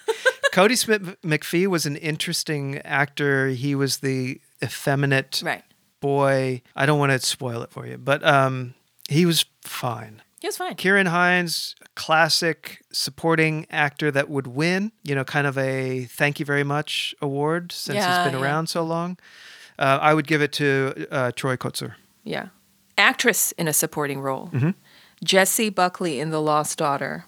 S1: Cody Smith McPhee was an interesting actor. He was the effeminate
S2: Right.
S1: boy. I don't want to spoil it for you, but um, he was fine.
S2: He was fine.
S1: Kieran Hines, classic supporting actor that would win, you know, kind of a thank you very much award since
S2: Yeah,
S1: he's been
S2: yeah.
S1: around so long. Uh, I would give it to uh, Troy Kotzer.
S2: Yeah. Actress in a supporting role.
S1: Mm-hmm.
S2: Jessie Buckley in The Lost Daughter.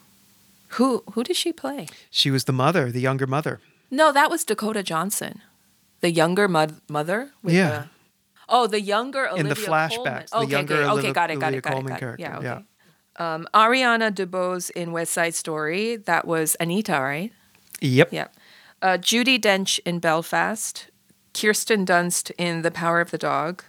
S2: Who who did she play?
S1: She was the mother, the younger mother.
S2: No, that was Dakota Johnson, the younger mo- mother. With
S1: Yeah.
S2: The, oh, the younger Olivia
S1: In the flashbacks, the
S2: Colman. Okay,
S1: younger
S2: okay,
S1: Olivia-
S2: okay, got it, got
S1: Olivia
S2: it, got
S1: Colman
S2: it, got it. Yeah,
S1: character,
S2: okay. Um, Ariana DeBose in West Side Story. That was Anita, right?
S1: Yep.
S2: Yep. Uh, Judy Dench in Belfast. Kirsten Dunst in The Power of the Dog.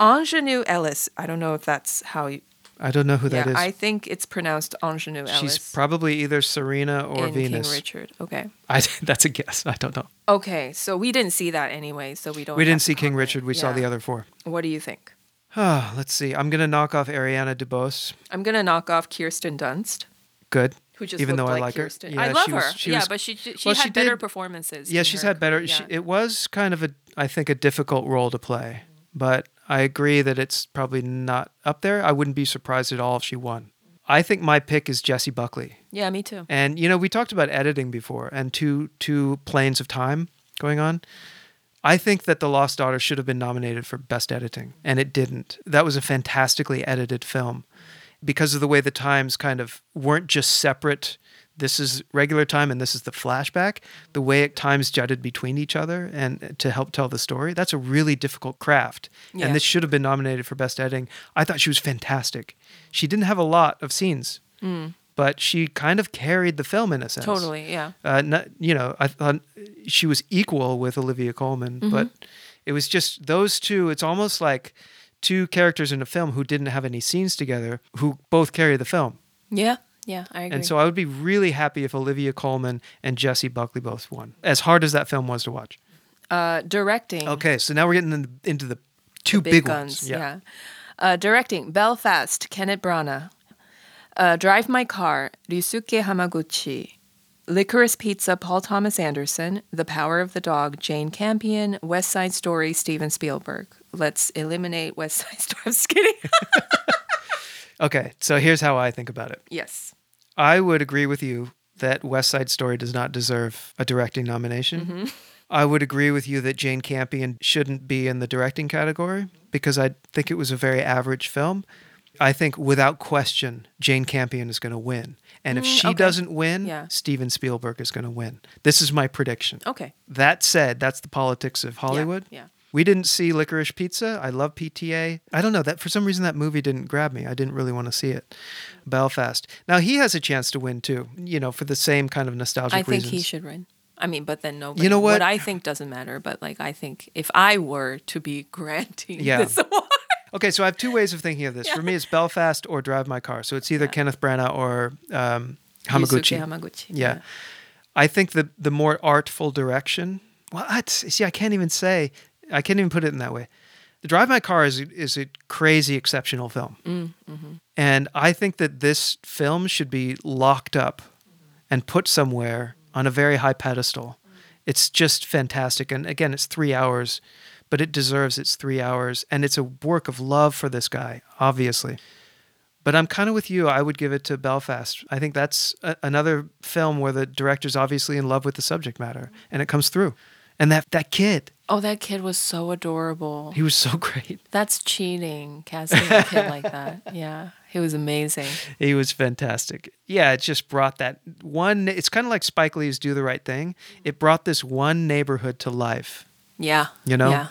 S2: Ingenue Ellis. I don't know if that's how you.
S1: I don't know who
S2: Yeah,
S1: that is.
S2: I think it's pronounced Ingenue Ellis.
S1: She's probably either Serena or
S2: in
S1: Venus.
S2: King Richard. Okay.
S1: I, that's a guess. I don't know.
S2: Okay, so we didn't see that anyway, so we don't.
S1: We
S2: have
S1: didn't
S2: to
S1: see King
S2: comment.
S1: Richard. We saw
S2: Yeah.
S1: the other four.
S2: What do you think?
S1: Ah, let's see. I'm gonna knock off Ariana DeBose.
S2: I'm gonna knock off Kirsten Dunst,
S1: Good.
S2: who just
S1: even though
S2: looked
S1: I like
S2: Kirsten.
S1: her.
S2: I love
S1: she
S2: her.
S1: was- she
S2: yeah,
S1: was-
S2: but she she, she
S1: well,
S2: had
S1: she
S2: better
S1: did-
S2: performances.
S1: yeah,
S2: in
S1: she's
S2: her
S1: had better.
S2: career.
S1: She,
S2: Yeah.
S1: it was kind of a I think a difficult role to play, but I agree that it's probably not up there. I wouldn't be surprised at all if she won. I think my pick is Jesse Buckley.
S2: yeah, me too.
S1: And you know, we talked about editing before and two two planes of time going on. I think that The Lost Daughter should have been nominated for best editing and it didn't. That was a fantastically edited film because of the way the times kind of weren't just separate this is regular time and this is the flashback the way at times jutted between each other and to help tell the story that's a really difficult craft
S2: Yeah.
S1: and this should have been nominated for best editing i thought she was fantastic she didn't have a lot of scenes but she kind of carried the film in a sense.
S2: Mm. Totally, yeah.
S1: Uh, not, you know, I thought she was equal with Olivia Colman,
S2: Mm-hmm.
S1: but it was just those two. It's almost like two characters in a film who didn't have any scenes together, who both carry the film.
S2: Yeah, yeah, I agree.
S1: And so I would be really happy if Olivia Colman and Jesse Buckley both won. As hard as that film was to watch.
S2: uh, directing.
S1: Okay, so now we're getting in- into the two
S2: Big,
S1: Oh, big,
S2: guns.
S1: ones.
S2: Yeah. Uh, directing Belfast, Kenneth Branagh. Uh, Drive My Car, Ryusuke Hamaguchi. Licorice Pizza, Paul Thomas Anderson. The Power of the Dog, Jane Campion. West Side Story, Steven Spielberg. Let's eliminate West Side Story. I'm just kidding.
S1: Okay, so here's how I think about it.
S2: yes.
S1: I would agree with you that West Side Story does not deserve a directing nomination.
S2: Mm-hmm.
S1: I would agree with you that Jane Campion shouldn't be in the directing category because I think it was a very average film. I think without question, Jane Campion is going to win. And if she
S2: Mm, okay.
S1: doesn't win,
S2: Yeah.
S1: Steven Spielberg is going to win. This is my prediction.
S2: Okay.
S1: That said, that's the politics of Hollywood.
S2: yeah.
S1: We didn't see Licorice Pizza. I love PTA. I don't know that for some reason that movie didn't grab me. I didn't really want to see it. Belfast. Now he has a chance to win too. You know, for the same kind of nostalgic
S2: I think
S1: reasons.
S2: he should win. I mean, but then nobody.
S1: You know what?
S2: What I think doesn't matter, but like I think if I were to be granting
S1: Yeah.
S2: this award,
S1: Okay, so I have two ways of thinking of this. For me, it's Belfast or Drive My Car. So it's either Kenneth Branagh or um, Hamaguchi.
S2: Yusuke Hamaguchi.
S1: Yeah. I think the the more artful direction. What? See, I can't even say. I can't even put it in that way. The Drive My Car is is a crazy exceptional film, and I think that this film should be locked up and put somewhere on a very high pedestal. It's just fantastic, and again, it's three hours, but it deserves its three hours, and it's a work of love for this guy, obviously. But I'm kind of with you. I would give it to Belfast. I think that's a- another film where the director's obviously in love with the subject matter and it comes through. And that, that kid,
S2: Oh, that kid was so adorable.
S1: he was so great.
S2: That's cheating, casting a kid like that. Yeah, he was amazing.
S1: He was fantastic. Yeah, it just brought that one. It's kind of like Spike Lee's Do the Right Thing. It brought this one neighborhood to life,
S2: Yeah.
S1: you know?
S2: Yeah.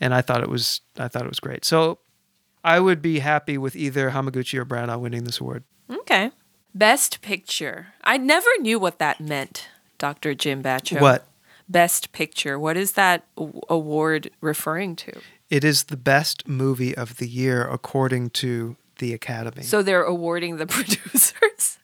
S1: And I thought it was I thought it was great. So I would be happy with either Hamaguchi or Branagh winning this award.
S2: Okay. Best picture. I never knew what that meant, Dr. Jim Batcho.
S1: What?
S2: Best picture. What is that a- award referring to?
S1: It is the best movie of the year according to the Academy.
S2: So they're awarding the producers.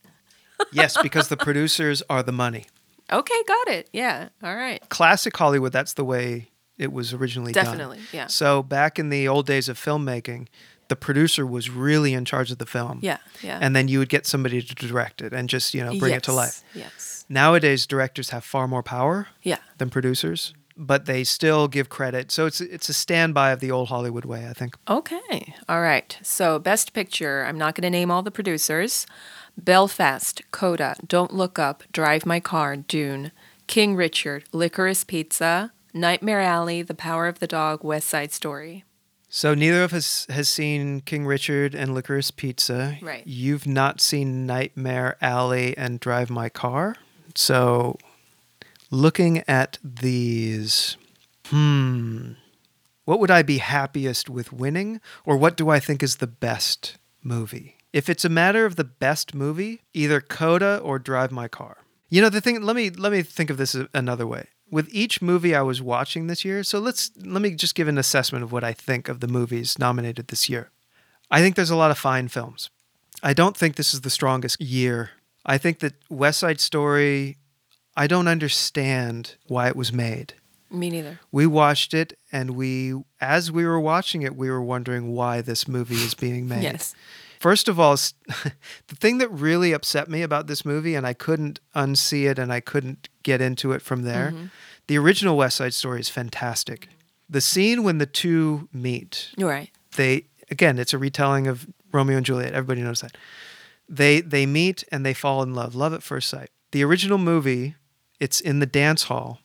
S1: yes, because the producers are the money.
S2: okay, got it. Yeah. All right.
S1: Classic Hollywood, that's the way it was originally done.
S2: Definitely, yeah.
S1: So back in the old days of filmmaking, the producer was really in charge of the film.
S2: Yeah. Yeah.
S1: And then you would get somebody to direct it and just, you know, bring it to
S2: Yes,
S1: life.
S2: Yes.
S1: Nowadays directors have far more power
S2: Yeah.
S1: than producers, but they still give credit. So it's it's a standby of the old Hollywood way, I think.
S2: Okay. All right. So, best picture. I'm not going to name all the producers Belfast, Coda, Don't Look Up, Drive My Car, Dune, King Richard, Licorice Pizza, Nightmare Alley, The Power of the Dog, West Side Story.
S1: So neither of us has seen King Richard and Licorice Pizza.
S2: Right.
S1: You've not seen Nightmare Alley and Drive My Car. So looking at these, hmm, what would I be happiest with winning or what do I think is the best movie? If it's a matter of the best movie, either Coda or Drive My Car. You know the thing, let me let me think of this a- another way. With each movie I was watching this year, so let's let me just give an assessment of what I think of the movies nominated this year. I think there's a lot of fine films. I don't think this is the strongest year. I think that West Side Story, I don't understand why it was made.
S2: Me neither.
S1: We watched it and we as we were watching it, we were wondering why this movie is being made.
S2: Yes.
S1: First of all, s- the thing that really upset me about this movie, and I couldn't unsee it and I couldn't get into it from there, the original West Side Story is fantastic. The scene when the two meet,
S2: You're right.
S1: they again it's a retelling of romeo and juliet everybody knows that they they meet and they fall in love love at first sight the original movie it's in the dance hall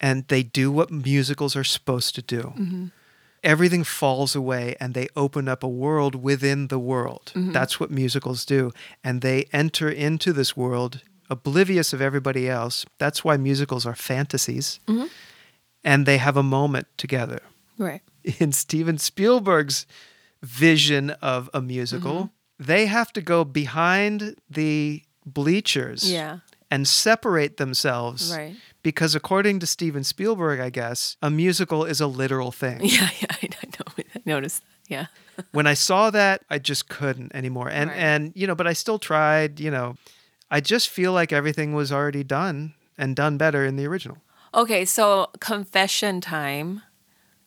S1: and they do what musicals are supposed to do everything falls away and they open up a world within the world that's what musicals do and they enter into this world oblivious of everybody else that's why musicals are fantasies and they have a moment together
S2: Right.
S1: in Steven Spielberg's vision of a musical,
S2: Mm-hmm.
S1: they have to go behind the bleachers
S2: Yeah.
S1: and separate themselves.
S2: Right.
S1: Because according to Steven Spielberg, I guess, a musical is a literal thing.
S2: Yeah. Yeah. I know. I noticed that. Yeah.
S1: when I saw that, I just couldn't anymore. And
S2: Right.
S1: and you know, but I still tried, you know. I just feel like everything was already done and done better in the original.
S2: Okay, so confession time.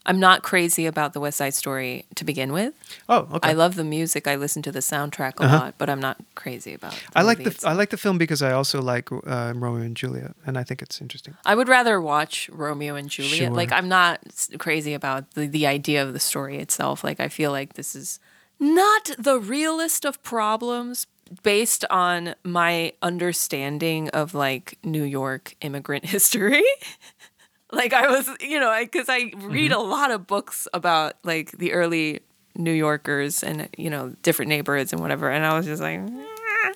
S2: I'm not crazy about the West Side Story to begin with.
S1: Oh, okay. Uh-huh.
S2: I love the music. I listen to the soundtrack a lot, but I'm not crazy about. The
S1: I like
S2: movie
S1: the I like the film because I also like uh, Romeo and Juliet, and I think it's interesting.
S2: I would rather watch Romeo and Juliet.
S1: Sure.
S2: Like I'm not s- crazy about the, the idea of the story itself. Like I feel like this is not the realest of problems based on my understanding of like New York immigrant history. like I was, you know, because I, read a lot of books about like the early New Yorkers and you know different neighborhoods and whatever, and I was just like. "Ah."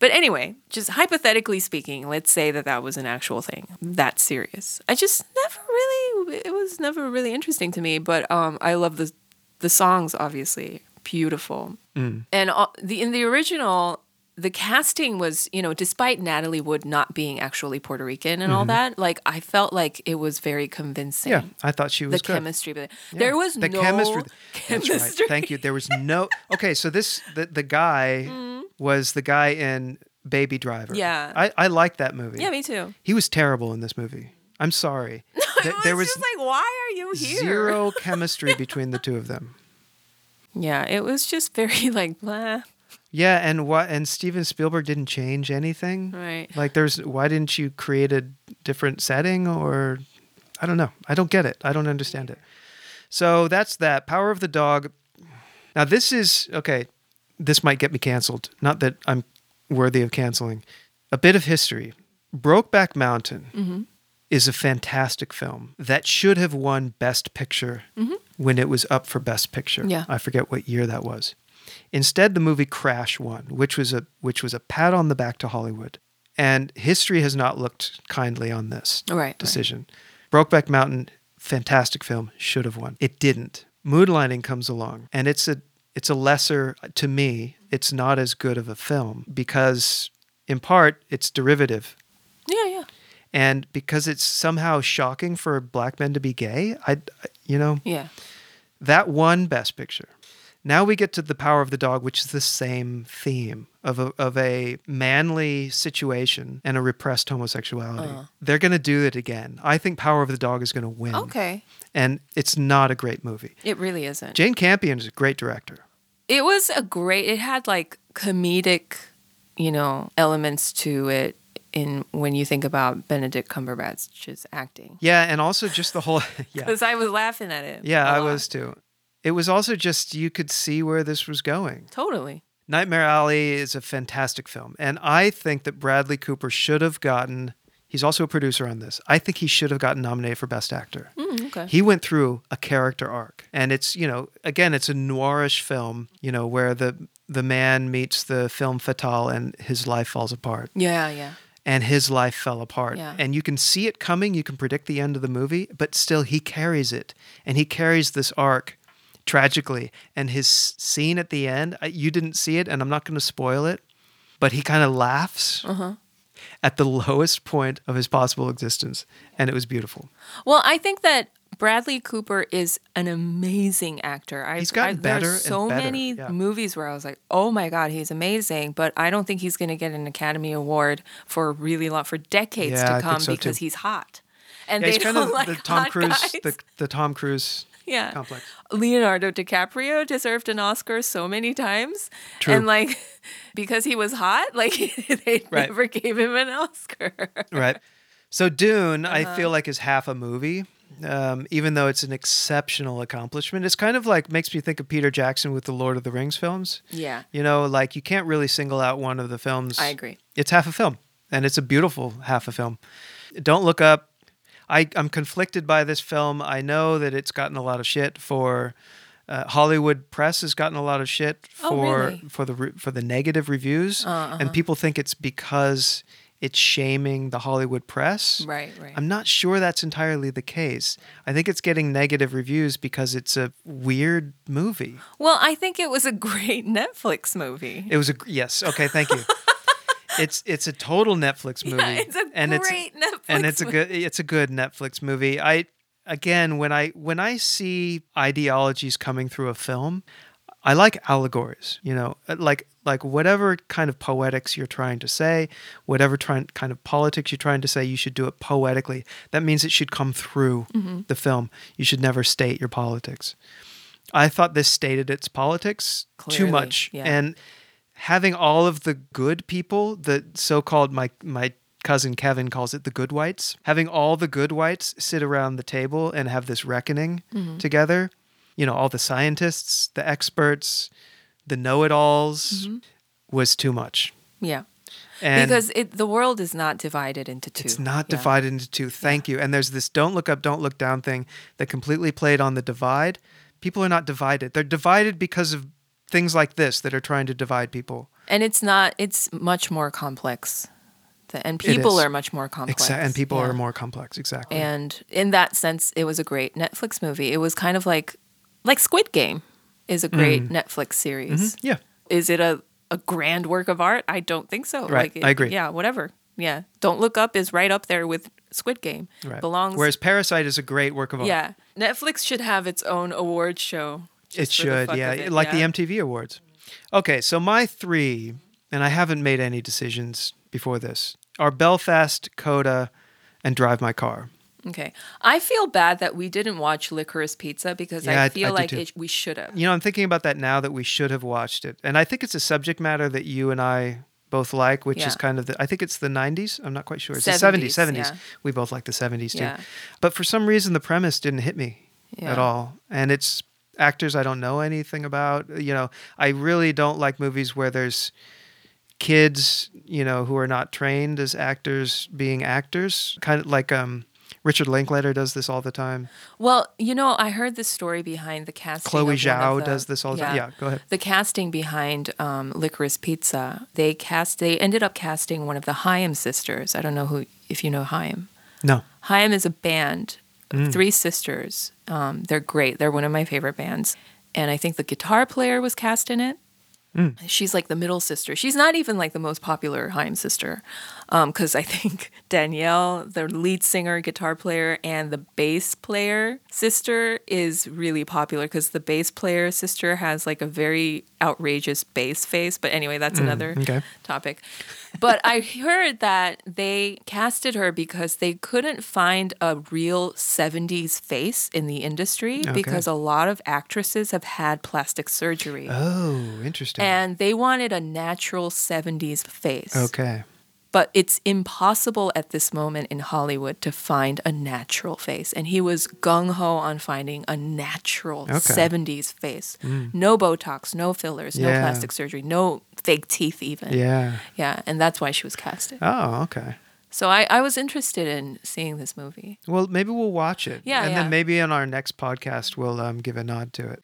S2: But anyway, just hypothetically speaking, let's say that that was an actual thing. That's serious. I just never really it was never really interesting to me, but um, I love the the songs. Obviously, beautiful.
S1: Mm.
S2: And all, the in the original, the casting was you know, despite Natalie Wood not being actually Puerto Rican and all that, like I felt like it was very convincing.
S1: Mm-hmm. Yeah, I thought she
S2: the
S1: was good.
S2: chemistry, but there was
S1: the
S2: no
S1: chemistry. That's right.
S2: chemistry.
S1: Thank you. There was no. Okay, so this the, the guy was the guy in Baby Driver.
S2: Mm-hmm. Yeah.
S1: I I like that movie.
S2: Yeah, me too.
S1: He was terrible in this movie. I'm sorry. Th-
S2: It
S1: there
S2: was
S1: was
S2: just like, why are you here?
S1: zero chemistry between the two of them.
S2: Yeah, it was just very like blah.
S1: Yeah, and what? And Steven Spielberg didn't change anything.
S2: Right.
S1: Like, there's why didn't you create a different setting or I don't know. I don't get it. I don't understand it. So that's that. Power of the Dog. Now this is okay. This might get me canceled. Not that I'm worthy of canceling. A bit of history. Brokeback Mountain
S2: Mm-hmm.
S1: is a fantastic film that should have won Best Picture when it was up for Best Picture.
S2: Mm-hmm. Yeah.
S1: I forget what year that was. Instead, the movie Crash won, which was a which was a pat on the back to Hollywood. And history has not looked kindly on this
S2: Right, right.
S1: decision. Brokeback Mountain, fantastic film, should have won. It didn't. Moonlighting comes along, and it's a it's a lesser to me. It's not as good of a film because, in part, it's derivative,
S2: Yeah, yeah,
S1: and because it's somehow shocking for black men to be gay. I, you know,
S2: yeah.
S1: that one best picture. Now we get to the power of the dog, which is the same theme of a, of a manly situation and a repressed homosexuality.
S2: Uh-huh.
S1: They're going to do it again. I think Power of the Dog is going to win.
S2: Okay,
S1: And it's not a great movie.
S2: it really isn't.
S1: Jane Campion is a great director.
S2: It was a great. It had like comedic, you know, elements to it. In when you think about Benedict Cumberbatch's acting,
S1: Yeah, and also just the whole yeah.
S2: because I was laughing at it.
S1: Yeah,
S2: a
S1: I
S2: lot.
S1: was too. It was also just you could see where this was going.
S2: totally.
S1: Nightmare Alley is a fantastic film. And I think that Bradley Cooper should have gotten, he's also a producer on this. I think he should have gotten nominated for Best Actor.
S2: Mm, okay.
S1: He went through a character arc. And it's, you know, again, it's a noirish film, you know, where the, the man meets the film fatale and his life falls apart.
S2: yeah, yeah.
S1: And his life fell apart.
S2: Yeah.
S1: And you can see it coming, you can predict the end of the movie, but still he carries it. And he carries this arc tragically. And his scene at the end, I- you didn't see it, and I'm not going to spoil it, but he kind of laughs
S2: Uh-huh.
S1: at the lowest point of his possible existence. And it was beautiful.
S2: Well, I think that Bradley Cooper is an amazing actor. I,
S1: He's gotten
S2: I, there are
S1: better and
S2: so
S1: better,
S2: many
S1: yeah.
S2: movies where I was like, "Oh my god, he's amazing!" But I don't think he's going to get an Academy Award for a really long for decades
S1: Yeah, I
S2: to
S1: think
S2: come
S1: so, too.
S2: because he's hot, and
S1: Yeah,
S2: they
S1: he's
S2: don't
S1: kind of
S2: like
S1: the Tom
S2: hot
S1: Cruise,
S2: guys.
S1: the, the Tom Cruise
S2: yeah.
S1: complex.
S2: Leonardo DiCaprio deserved an Oscar so many times,
S1: True.
S2: and like because he was hot, like they
S1: Right.
S2: never gave him an Oscar.
S1: Right. So Dune,
S2: Uh-huh.
S1: I feel like is half a movie, um, even though it's an exceptional accomplishment. It's kind of like makes me think of Peter Jackson with the Lord of the Rings films.
S2: Yeah,
S1: You know, like you can't really single out one of the films.
S2: I agree.
S1: It's half a film, and it's a beautiful half a film. Don't look up. I, I'm conflicted by this film. I know that it's gotten a lot of shit for. Uh, Hollywood press has gotten a lot of shit
S2: Oh,
S1: for
S2: really?
S1: for the re- for the negative reviews,
S2: Uh-huh.
S1: and people think it's because it's shaming the Hollywood press.
S2: right, right.
S1: I'm not sure that's entirely the case. I think it's getting negative reviews because it's a weird movie.
S2: well, I think it was a great Netflix movie.
S1: It was a yes. Okay, thank you. it's it's a total Netflix movie.
S2: it's a
S1: and it's,
S2: great Netflix
S1: And it's a
S2: movie.
S1: good it's a good Netflix movie. I again when I when I see ideologies coming through a film, I like allegories. You know, uh, like like whatever kind of poetics you're trying to say, whatever trying, kind of politics you're trying to say, you should do it poetically. That means it should come through the film. You should never state your politics. I thought this stated its politics too
S2: Clearly,
S1: much,
S2: yeah.
S1: and having all of the good people, the so-called my my cousin Kevin calls it the good whites, having all the good whites sit around the table and have this reckoning
S2: Mm-hmm.
S1: together. You know, all the scientists, the experts, the know-it-alls was too much,
S2: Yeah.
S1: and
S2: Mm-hmm. because it, the world is not divided into two.
S1: it's not
S2: Yeah.
S1: divided into two. Thank you. And there's this don't look up, don't look down thing that completely played on the divide. People are not divided. They're divided because of things like this that are trying to divide people.
S2: And it's not, it's much more complex th- and people
S1: is.
S2: are much more complex.
S1: Exa- and people
S2: Yeah.
S1: are more complex, exactly.
S2: And in that sense, it was a great Netflix movie. It was kind of like like Squid Game is a
S1: Mm.
S2: great Netflix series.
S1: yeah.
S2: Is it a a grand work of art? I don't think so.
S1: Mm-hmm. Right.
S2: Like it-
S1: I agree.
S2: Yeah, whatever. Yeah. Don't Look Up is right up there with Squid Game.
S1: Right.
S2: Belongs
S1: Whereas Parasite is a great work of art.
S2: Yeah. Netflix should have its own award show.
S1: It
S2: just for the
S1: should,
S2: fuck
S1: yeah,
S2: of it,
S1: like
S2: yeah.
S1: the MTV Awards. Okay, so my three, and I haven't made any decisions before this, are Belfast, Coda, and Drive My Car.
S2: Okay. I feel bad that we didn't watch Licorice Pizza because
S1: Yeah, I-
S2: I feel
S1: I do
S2: like
S1: too.
S2: it, we should have.
S1: You know, I'm thinking about that now that we should have watched it, and I think it's a subject matter that you and I both like, which is
S2: Yeah.
S1: kind of the. I think it's the '90s. I'm not quite sure. It's the
S2: 70s,
S1: 70s. 70s.
S2: yeah.
S1: We both like the 70s too,
S2: Yeah.
S1: but for some reason the premise didn't hit me at
S2: Yeah.
S1: all, and it's actors I don't know anything about. You know, I really don't like movies where there's kids, you know, who are not trained as actors being actors, kind of like um, Richard Linklater does this all the time.
S2: Well, you know, I heard the story behind the casting.
S1: Chloe
S2: of one
S1: Zhao
S2: of the-
S1: does this all the time. Yeah, go ahead.
S2: The casting behind um, Licorice Pizza, they cast. They ended up casting one of the Haim sisters. I don't know who, if you know Haim.
S1: No.
S2: Haim is a band, of three sisters. Um, they're great. They're one of my favorite bands, and I think the guitar player was cast in it. She's like the middle sister. She's not even like the most popular Haim sister, because I think Danielle, the lead singer, guitar player, and the bass player sister is really popular because the bass player sister has like a very outrageous bass face. But anyway, that's another
S1: okay.
S2: topic. But I heard that they casted her because they couldn't find a real 70s face in the industry because a lot of actresses have had plastic surgery.
S1: Oh, interesting.
S2: And they wanted a natural 70s face.
S1: okay.
S2: But it's impossible at this moment in Hollywood to find a natural face. And he was gung ho on finding a natural 70s face. No Botox, no fillers, no
S1: Mm. Yeah.
S2: plastic surgery, no fake teeth, even.
S1: Yeah.
S2: Yeah, and that's why she was casted.
S1: Oh, okay.
S2: So I, I was interested in seeing this movie.
S1: Well, maybe we'll watch it.
S2: Yeah,
S1: And
S2: yeah.
S1: then maybe on our next podcast, we'll um, give a nod to it.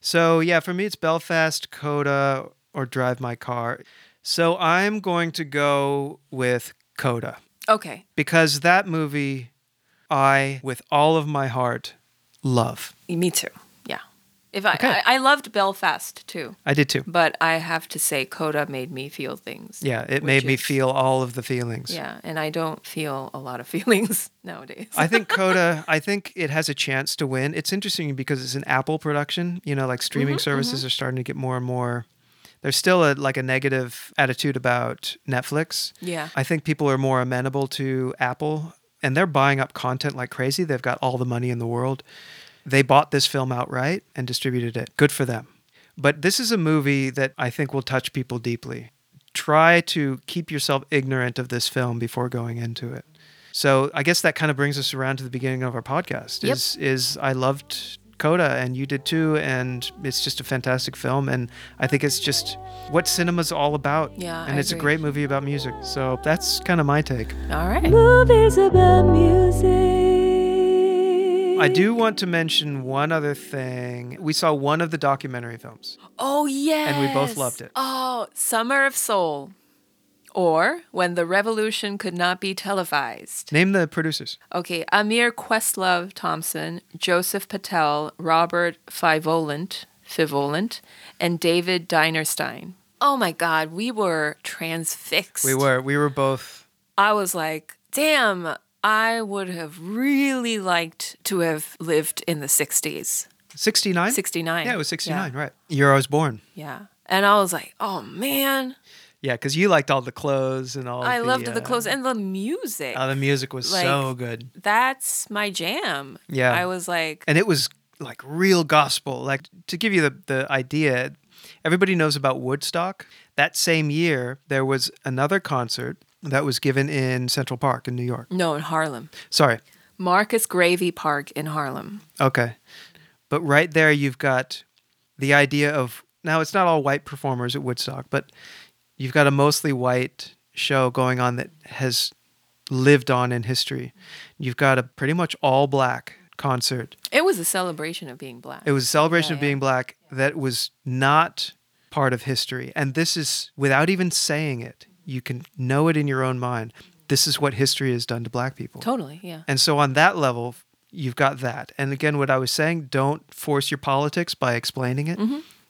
S1: So, yeah, for me, it's Belfast, Coda, or Drive My Car. So, I'm going to go with Coda
S2: Okay.
S1: because that movie I, with all of my heart, love.
S2: Me too. Yeah. If I,
S1: Okay.
S2: I I loved Belfast too,
S1: I did too.
S2: but I have to say Coda made me feel things.
S1: Yeah, it
S2: which
S1: made me
S2: is-
S1: feel all of the feelings.
S2: Yeah, and I don't feel a lot of feelings nowadays.
S1: I think Coda, I think it has a chance to win. It's interesting because it's an Apple production. You know, like streaming services are starting to get more and more. There's still a like a negative attitude about Netflix.
S2: Yeah.
S1: I think people are more amenable to Apple and they're buying up content like crazy. They've got all the money in the world. They bought this film outright and distributed it. Good for them. But this is a movie that I think will touch people deeply. Try to keep yourself ignorant of this film before going into it. So I guess that kind of brings us around to the beginning of our podcast.
S2: Yep.
S1: Is is I loved Coda and you did too, and it's just a fantastic film, and I think it's just what cinema's all about.
S2: Yeah,
S1: and
S2: I
S1: it's a
S2: agree.
S1: great movie about music. So that's kind of my take.
S2: All right.
S3: Movies about music.
S1: I do want to mention one other thing. We saw one of the documentary films.
S2: Oh yes.
S1: we both loved it.
S2: Oh, Summer of Soul, or When the Revolution Could Not Be Televised.
S1: Name the producers.
S2: Okay, Amir Questlove Thompson, Joseph Patel, Robert Fivolent, Fivolent, and David Dinerstein. Oh my God, we were transfixed.
S1: We were we were both
S2: I was like, damn, I would have really liked to have lived in the 60s,
S1: 69?
S2: 69.
S1: Yeah, it was 69, right. Year I was born.
S2: Yeah. yeah. And I was like, oh man,
S1: Yeah, cuz you liked all the clothes and all
S2: I
S1: the,
S2: loved
S1: uh,
S2: the clothes and the music.
S1: Oh, the music was
S2: Like-
S1: so good.
S2: That's my jam.
S1: Yeah.
S2: I was like,
S1: and it was like real gospel. Like to give you the, the idea, everybody knows about Woodstock. That same year, there was another concert that was given in Central Park in New York.
S2: no, in Harlem.
S1: Sorry.
S2: Marcus Gravy Park in Harlem.
S1: Okay. But right there, you've got the idea of now it's not all white performers at Woodstock, but you've got a mostly white show going on that has lived on in history. You've got a pretty much all black concert
S2: It was a celebration of being black.
S1: It was a celebration
S2: Yeah,
S1: of being black that was not part of history. And this is without even saying it. You can know it in your own mind. this is what history has done to black people.
S2: Totally. Yeah.
S1: And so on that level, you've got that. And again, what I was saying, don't force your politics by explaining it.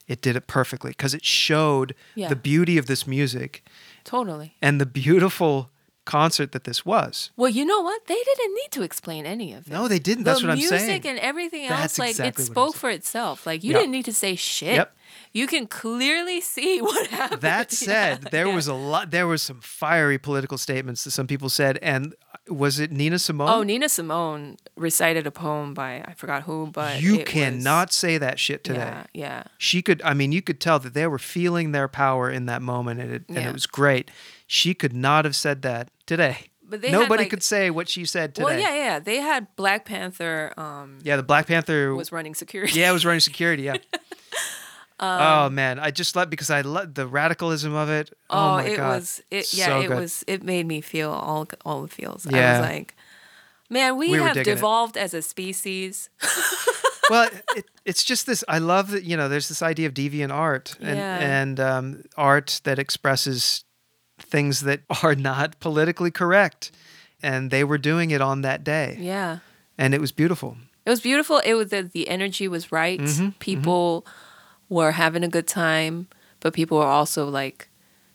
S1: It did it perfectly because it showed
S2: Mm-hmm. Yeah.
S1: the beauty of this music
S2: Totally.
S1: and the beautiful concert that this was.
S2: Well, you know what? They didn't need to explain any of it.
S1: No, they didn't. That's
S2: the
S1: what I'm
S2: music
S1: saying.
S2: and everything else,
S1: That's
S2: like
S1: exactly
S2: it
S1: what I'm
S2: spoke
S1: saying.
S2: for itself. Like you
S1: Yeah.
S2: didn't need to say shit.
S1: Yep.
S2: You can clearly see what happened.
S1: that
S2: Yeah,
S1: said, there
S2: yeah.
S1: was a lot. There was some fiery political statements that some people said, and was it Nina Simone?
S2: Oh, Nina Simone recited a poem by I forgot who, but
S1: you
S2: it
S1: cannot say that shit
S2: was,
S1: today.
S2: Yeah, yeah.
S1: She could. I mean, you could tell that they were feeling their power in that moment, and it, and
S2: Yeah.
S1: it was great. She could not have said that today.
S2: But they had,
S1: nobody
S2: like-
S1: could say what she said today.
S2: Well, yeah, yeah. They had Black Panther um,
S1: Yeah, the Black Panther
S2: was running security.
S1: Yeah, it was running security. Yeah. oh man, I just love because I love the radicalism of it. Oh,
S2: Um, Oh,
S1: my
S2: it
S1: god,
S2: was it yeah,
S1: So
S2: it
S1: good.
S2: was it made me feel all all the feels. I
S1: Yeah.
S2: was like, man, we,
S1: We were
S2: have
S1: digging it.
S2: devolved as a species.
S1: well, it, it's just this. I love that you know. There's this idea of deviant art and
S2: Yeah.
S1: and um, art that expresses things that are not politically correct, and they were doing it on that day,
S2: Yeah.
S1: and it was beautiful.
S2: It was beautiful. It was the, the energy was right. People were having a good time, but people were also like,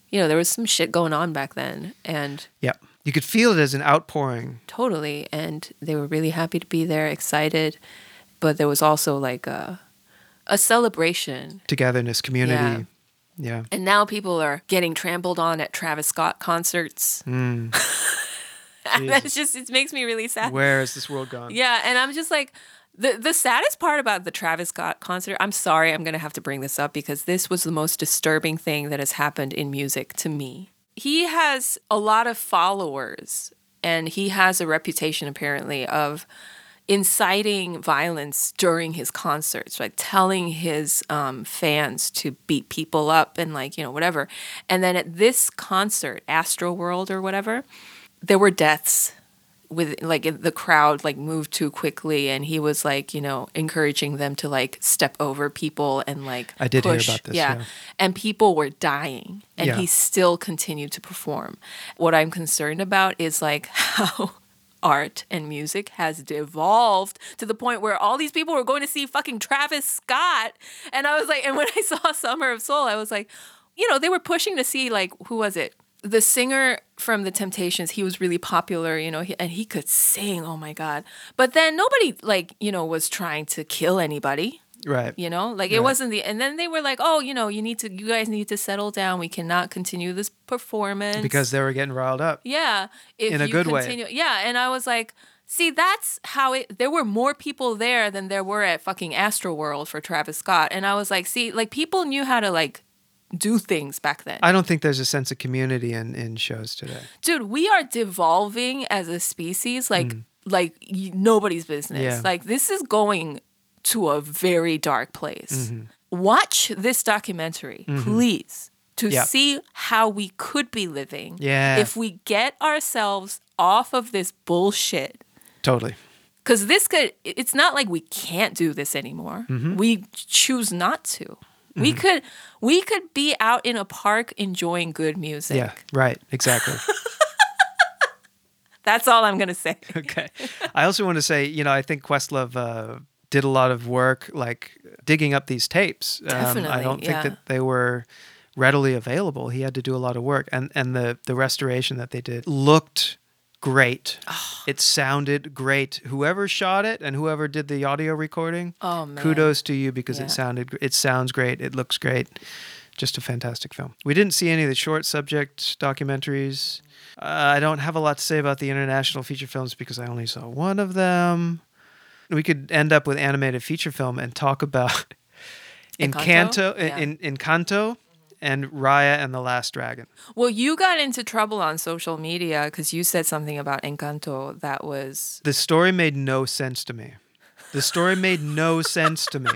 S2: you know, there was some shit going on back then, and
S1: Yeah, you could feel it as an outpouring.
S2: totally, and they were really happy to be there, excited, but there was also like a a celebration.
S1: Togetherness, community. Yeah.
S2: And now people are getting trampled on at Travis Scott concerts. and that's just it makes me really sad.
S1: Where has this world gone?
S2: Yeah, and I'm just like the the saddest part about the Travis Scott concert. I'm sorry, I'm going to have to bring this up because this was the most disturbing thing that has happened in music to me. He has a lot of followers and he has a reputation apparently of inciting violence during his concerts like telling his um, fans to beat people up and like you know whatever and then at this concert astro world or whatever there were deaths with like in- the crowd like moved too quickly and he was like you know encouraging them to like step over people and like
S1: I did hear
S2: push.
S1: about this, yeah.
S2: and people were dying and
S1: Yeah.
S2: he still continued to perform what i'm concerned about is like how art and music has devolved to the point where all these people were going to see fucking Travis Scott and I was like and when I saw Summer of Soul I was like you know they were pushing to see like who was it the singer from the Temptations, he was really popular, you know, he, and he could sing. Oh my God. But then nobody, like, you know, was trying to kill anybody,
S1: Right.
S2: you know? Like, it wasn't the. And then they were like, oh, you know, you need to, you guys need to settle down. We cannot continue this performance.
S1: Because they were getting riled up.
S2: Yeah. If
S1: In a
S2: you
S1: good way.
S2: continue, Yeah. And I was like, see, that's how it, there were more people there than there were at fucking Astroworld for Travis Scott. And I was like, see, like, people knew how to, like, do things back then.
S1: I don't think there's a sense of community in, in shows today.
S2: dude we are devolving as a species like like y- nobody's business
S1: Mm. Yeah.
S2: like this is going to a very dark place
S1: Mm-hmm.
S2: watch this documentary please to
S1: Yeah.
S2: see how we could be living
S1: Yeah.
S2: if we get ourselves off of this bullshit
S1: Totally.
S2: because this could it's not like we can't do this anymore
S1: Mm-hmm.
S2: we choose not to we could we could be out in a park enjoying good music
S1: Yeah, right. Exactly.
S2: that's all i'm gonna say
S1: okay. I also want to say, you know, I think Questlove uh, did a lot of work like digging up these tapes. Um, I
S2: Definitely,
S1: don't think
S2: yeah.
S1: that they were readily available. He had to do a lot of work. And, and the, the restoration that they did looked great.
S2: Ah.
S1: it sounded great. Whoever shot it and whoever did the audio recording,
S2: Oh, man.
S1: kudos to you because
S2: Yeah.
S1: it sounded, gr- it sounds great. It looks great. Just a fantastic film. We didn't see any of the short subject documentaries. Uh, I don't have a lot to say about the international feature films because I only saw one of them. We could end up with animated feature film and talk about Encanto,
S2: Encanto?
S1: in, in Encanto, and Raya and the Last Dragon.
S2: Well, you got into trouble on social media because you said something about Encanto that was.
S1: The story made no sense to me. The story made no sense to me.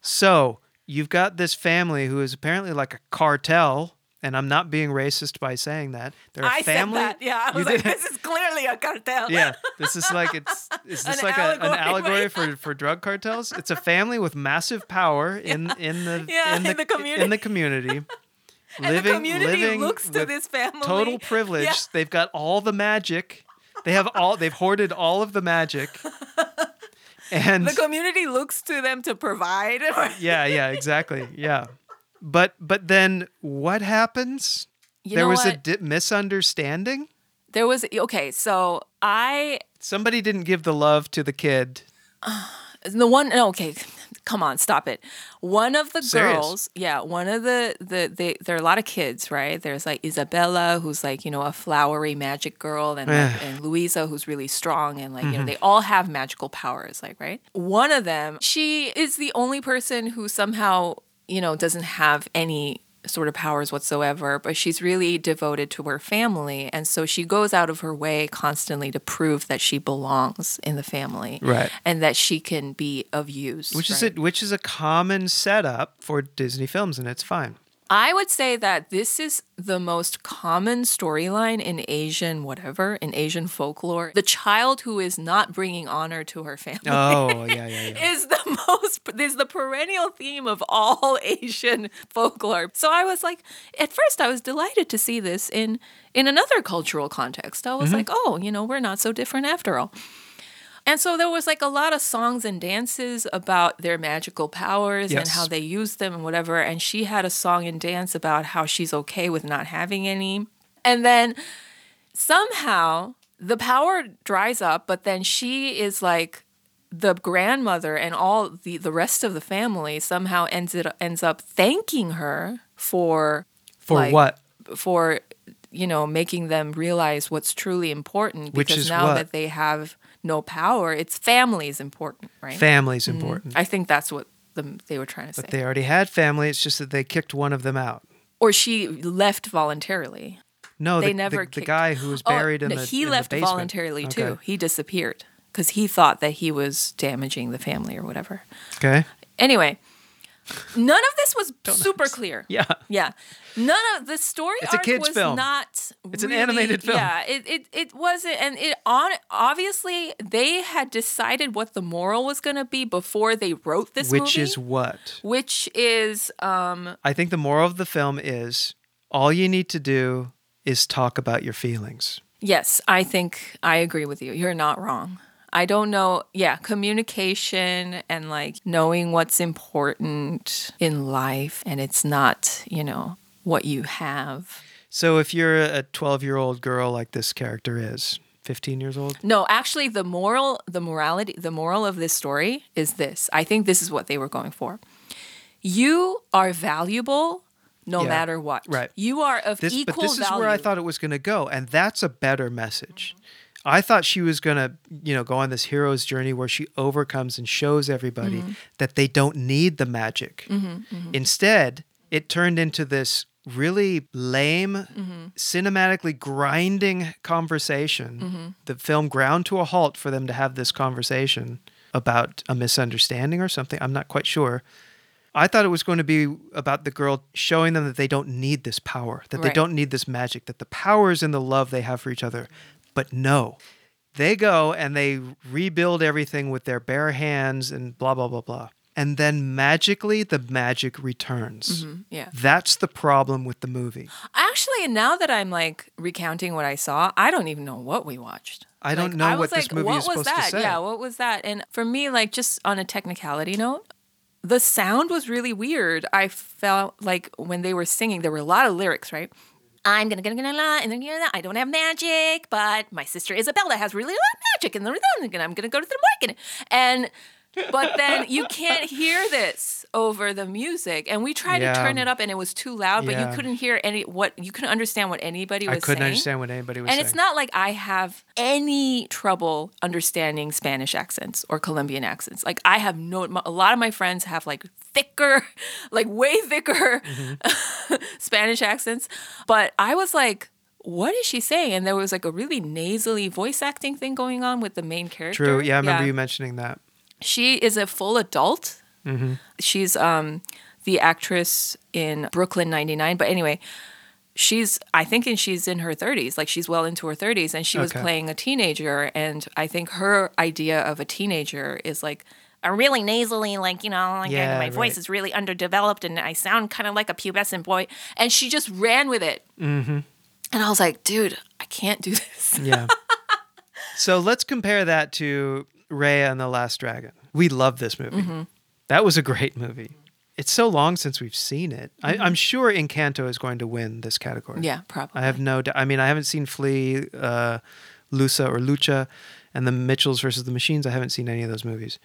S1: So you've got this family who is apparently like a cartel, and I'm not being racist by saying that. They're a family. You did-
S2: is clearly a cartel.
S1: yeah, this is like it's is this
S2: An
S1: like a, an
S2: allegory.
S1: allegory for, for drug cartels? It's a family with massive power in in the
S2: Yeah, in the community.
S1: in the community,
S2: And the community looks to
S1: with
S2: this family.
S1: Total privilege.
S2: Yeah.
S1: They've got all the magic. They have all. They've hoarded all of the magic. And
S2: The community looks to them to provide.
S1: yeah, yeah, exactly. Yeah. But but then what happens?
S2: You
S1: there
S2: know
S1: was a
S2: what?
S1: di- misunderstanding.
S2: there was okay, so I
S1: Somebody didn't give the love to the kid.
S2: the one no, okay come on stop it one of the
S1: Serious.
S2: girls yeah one of the the they, there are a lot of kids right there's like isabella who's like you know a flowery magic girl and, like, and luisa who's really strong and like you
S1: Mm-hmm.
S2: know they all have magical powers like right one of them she is the only person who somehow you know doesn't have any sort of powers whatsoever but she's really devoted to her family and so she goes out of her way constantly to prove that she belongs in the family
S1: Right.
S2: and that she can be of use.
S1: Which is
S2: right?
S1: a, which is a common setup for Disney films, and it's fine.
S2: I would say that this is the most common storyline in Asian whatever, in Asian folklore. The child who is not bringing honor to her family.
S1: Oh yeah, yeah, yeah.
S2: Is the most is the perennial theme of all Asian folklore. So I was like, at first I was delighted to see this in in another cultural context. I was like, oh, you know, we're not so different after all. And so there was like a lot of songs and dances about their magical powers and
S1: Yes.
S2: how they use them and whatever. And she had a song and dance about how she's okay with not having any. And then somehow the power dries up, but then she is like the grandmother and all the, the rest of the family somehow ends it ends up thanking her for
S1: For
S2: like,
S1: what?
S2: for you know making them realize what's truly important
S1: Which
S2: because
S1: is
S2: now
S1: what?
S2: that they have no power it's family is important right
S1: Family's
S2: Mm-hmm.
S1: important.
S2: i think that's what the, they were trying to say
S1: They already had family. It's just that they kicked one of them out.
S2: or she left voluntarily
S1: No,
S2: they
S1: Oh, the,
S2: never
S1: the, the
S2: kicked-
S1: guy who was
S2: Oh,
S1: buried in
S2: no,
S1: the
S2: he
S1: in the
S2: left
S1: basement.
S2: voluntarily
S1: Okay.
S2: too he disappeared because he thought that he was damaging the family or whatever
S1: Okay.
S2: anyway none of this was super clear
S1: Yeah.
S2: Yeah. None of the story
S1: It's a
S2: arc
S1: kid's
S2: was
S1: film.
S2: not
S1: It's an
S2: really-
S1: animated film.
S2: Yeah, it, it it wasn't and it on obviously they had decided what the moral was gonna be before they wrote this
S1: Which
S2: movie.
S1: is what?
S2: which is um
S1: I think the moral of the film is all you need to do is talk about your feelings.
S2: yes, I think I agree with you. You're not wrong. I don't know. Yeah, communication and like knowing what's important in life and it's not, you know, what you have.
S1: So if you're a 12 year old girl like this character is, 15 years old,
S2: No, actually, the moral, the morality, the moral of this story is this. I think this is what they were going for. You are valuable, no
S1: Yeah,
S2: matter what.
S1: right.
S2: You are of
S1: this,
S2: equal
S1: but this
S2: value.
S1: is where I thought it was going to go. And that's a better message. I thought she was going to, you know, go on this hero's journey where she overcomes and shows everybody
S2: Mm-hmm.
S1: that they don't need the magic. Instead, it turned into this really lame,
S2: Mm-hmm.
S1: cinematically grinding conversation.
S2: Mm-hmm.
S1: The film ground to a halt for them to have this conversation about a misunderstanding or something. I'm not quite sure. I thought it was going to be about the girl showing them that they don't need this power, that they
S2: Right.
S1: don't need this magic, that the power is in the love they have for each other. But no, they go and they rebuild everything with their bare hands and blah, blah, blah, blah. And then magically, the magic returns.
S2: yeah.
S1: That's the problem with the movie.
S2: Actually, now that I'm like recounting what I saw, I don't even know what we watched.
S1: I don't
S2: Like,
S1: know
S2: I
S1: what
S2: was
S1: this
S2: like,
S1: movie
S2: what
S1: is
S2: was
S1: supposed
S2: that?
S1: to say.
S2: Yeah, what was that? And for me, like just on a technicality note, the sound was really weird. I felt like when they were singing, there were a lot of lyrics, right? I'm gonna gonna gonna la, and then gonna, I don't have magic, but my sister Isabella has really a lot of magic, and then I'm gonna go to the market, and but then you can't hear this over the music, and we tried
S1: Yeah.
S2: to turn it up, and it was too loud, but
S1: Yeah.
S2: you couldn't hear any what you couldn't understand what anybody was
S1: I couldn't
S2: saying.
S1: understand what anybody was
S2: And
S1: saying.
S2: it's not like I have any trouble understanding Spanish accents or Colombian accents. Like I have no. m- A lot of my friends have like thicker, like way thicker
S1: Mm-hmm.
S2: Spanish accents, but I was like. What is she saying? And there was like a really nasally voice acting thing going on with the main character.
S1: True. Yeah, I remember you mentioning that.
S2: She is a full adult.
S1: Mm-hmm.
S2: She's um, the actress in Brooklyn 99. But anyway, she's, I think, and she's in her 30s. Like she's well into her 30s. And she was
S1: Okay.
S2: playing a teenager. And I think her idea of a teenager is like, are really nasally, like, you know, like
S1: Yeah,
S2: my voice
S1: right.
S2: is really underdeveloped and I sound kind of like a pubescent boy. And she just ran with it. Mm-hmm. And I was like, dude, I can't do this.
S1: Yeah. so let's compare that to Raya and the Last Dragon. We love this movie. That was a great movie. It's so long since we've seen it. I, I'm sure Encanto is going to win this category.
S2: Yeah, probably.
S1: I have no. dou- I mean, I haven't seen Flea, uh, Lusa, or Lucha, and the Mitchells versus the Machines. I haven't seen any of those movies,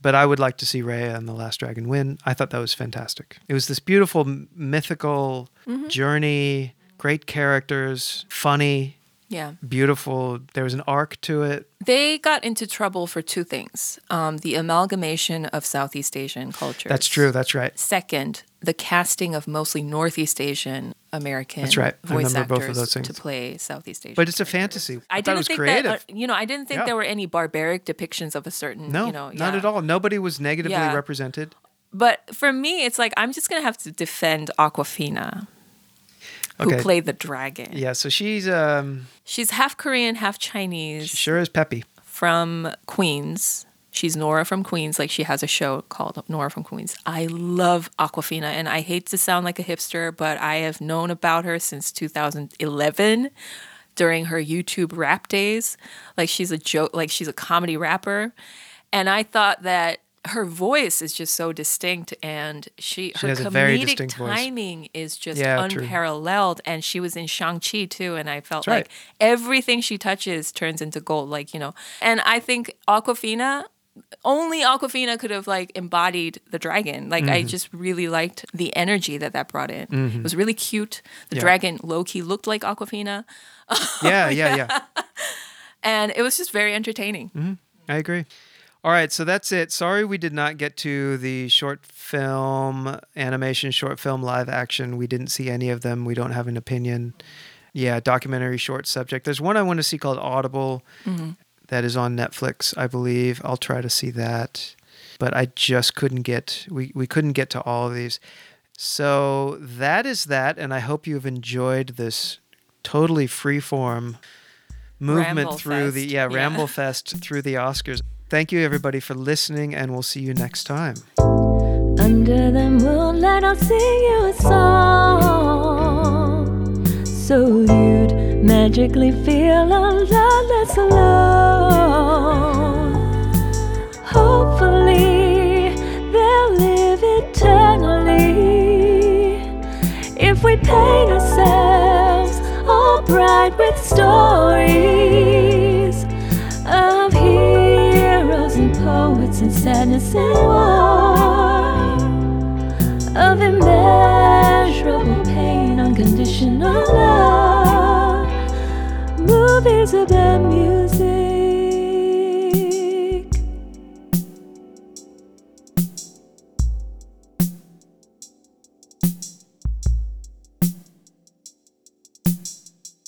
S1: but I would like to see Raya and the Last Dragon win. I thought that was fantastic. It was this beautiful m- mythical journey, great characters, funny,
S2: yeah.
S1: beautiful. There was an arc to it.
S2: They got into trouble for two things um, the amalgamation of Southeast Asian culture.
S1: That's true. That's right.
S2: Second, the casting of mostly Northeast Asian American
S1: That's right. I
S2: voice
S1: remember
S2: actors
S1: both of those
S2: to
S1: things.
S2: play Southeast Asian.
S1: But it's a
S2: characters.
S1: fantasy.
S2: I,
S1: thought it
S2: didn't
S1: was
S2: think
S1: creative.
S2: that uh, you know I didn't think
S1: Yeah.
S2: there were any barbaric depictions of a certain
S1: no,
S2: you know
S1: not
S2: yeah.
S1: at all. Nobody was negatively
S2: Yeah.
S1: represented.
S2: But for me, it's like I'm just gonna have to defend Aquafina, who
S1: Okay.
S2: played the dragon.
S1: Yeah. So she's um,
S2: She's half Korean, half Chinese.
S1: she sure is peppy.
S2: from Queens. She's Nora from Queens. Like she has a show called Nora from Queens. I love Aquafina, and I hate to sound like a hipster, but I have known about her since 2011 during her YouTube rap days. Like she's a joke, like she's a comedy rapper, and I thought that her voice is just so distinct, and she, her
S1: has
S2: comedic
S1: a very distinct voice.
S2: timing is just
S1: Yeah, true.
S2: unparalleled. And she was in Shang Chi too, and I felt
S1: That's right.
S2: like everything she touches turns into gold like you know and i think aquafina only aquafina could have like embodied the dragon like
S1: Mm-hmm.
S2: i just really liked the energy that that brought in it was really cute the
S1: Yeah.
S2: dragon low-key looked like aquafina Oh,
S1: Yeah. Yeah. Yeah.
S2: and it was just very entertaining
S1: I agree. All right, so that's it. Sorry we did not get to the short film, animation, short film, live action. We didn't see any of them. We don't have an opinion. Yeah, documentary, short subject. There's one I want to see called Audible
S2: Mm-hmm.
S1: that is on Netflix, I believe. I'll try to see that. But I just couldn't get we, we couldn't get to all of these. So that is that, and I hope you've enjoyed this totally freeform movement
S2: Ramble
S1: through the
S2: fest.
S1: yeah,
S2: Yeah.
S1: ramble fest through the Oscars. Thank you everybody for listening and we'll see you next time.
S3: Under the moonlight, I'll sing you a song. So you'd magically feel a lot less alone. Hopefully, they'll live eternally. If we paint ourselves all bright with stories of heroes and poets and sadness and war, of immeasurable pain, unconditional love, movies about music.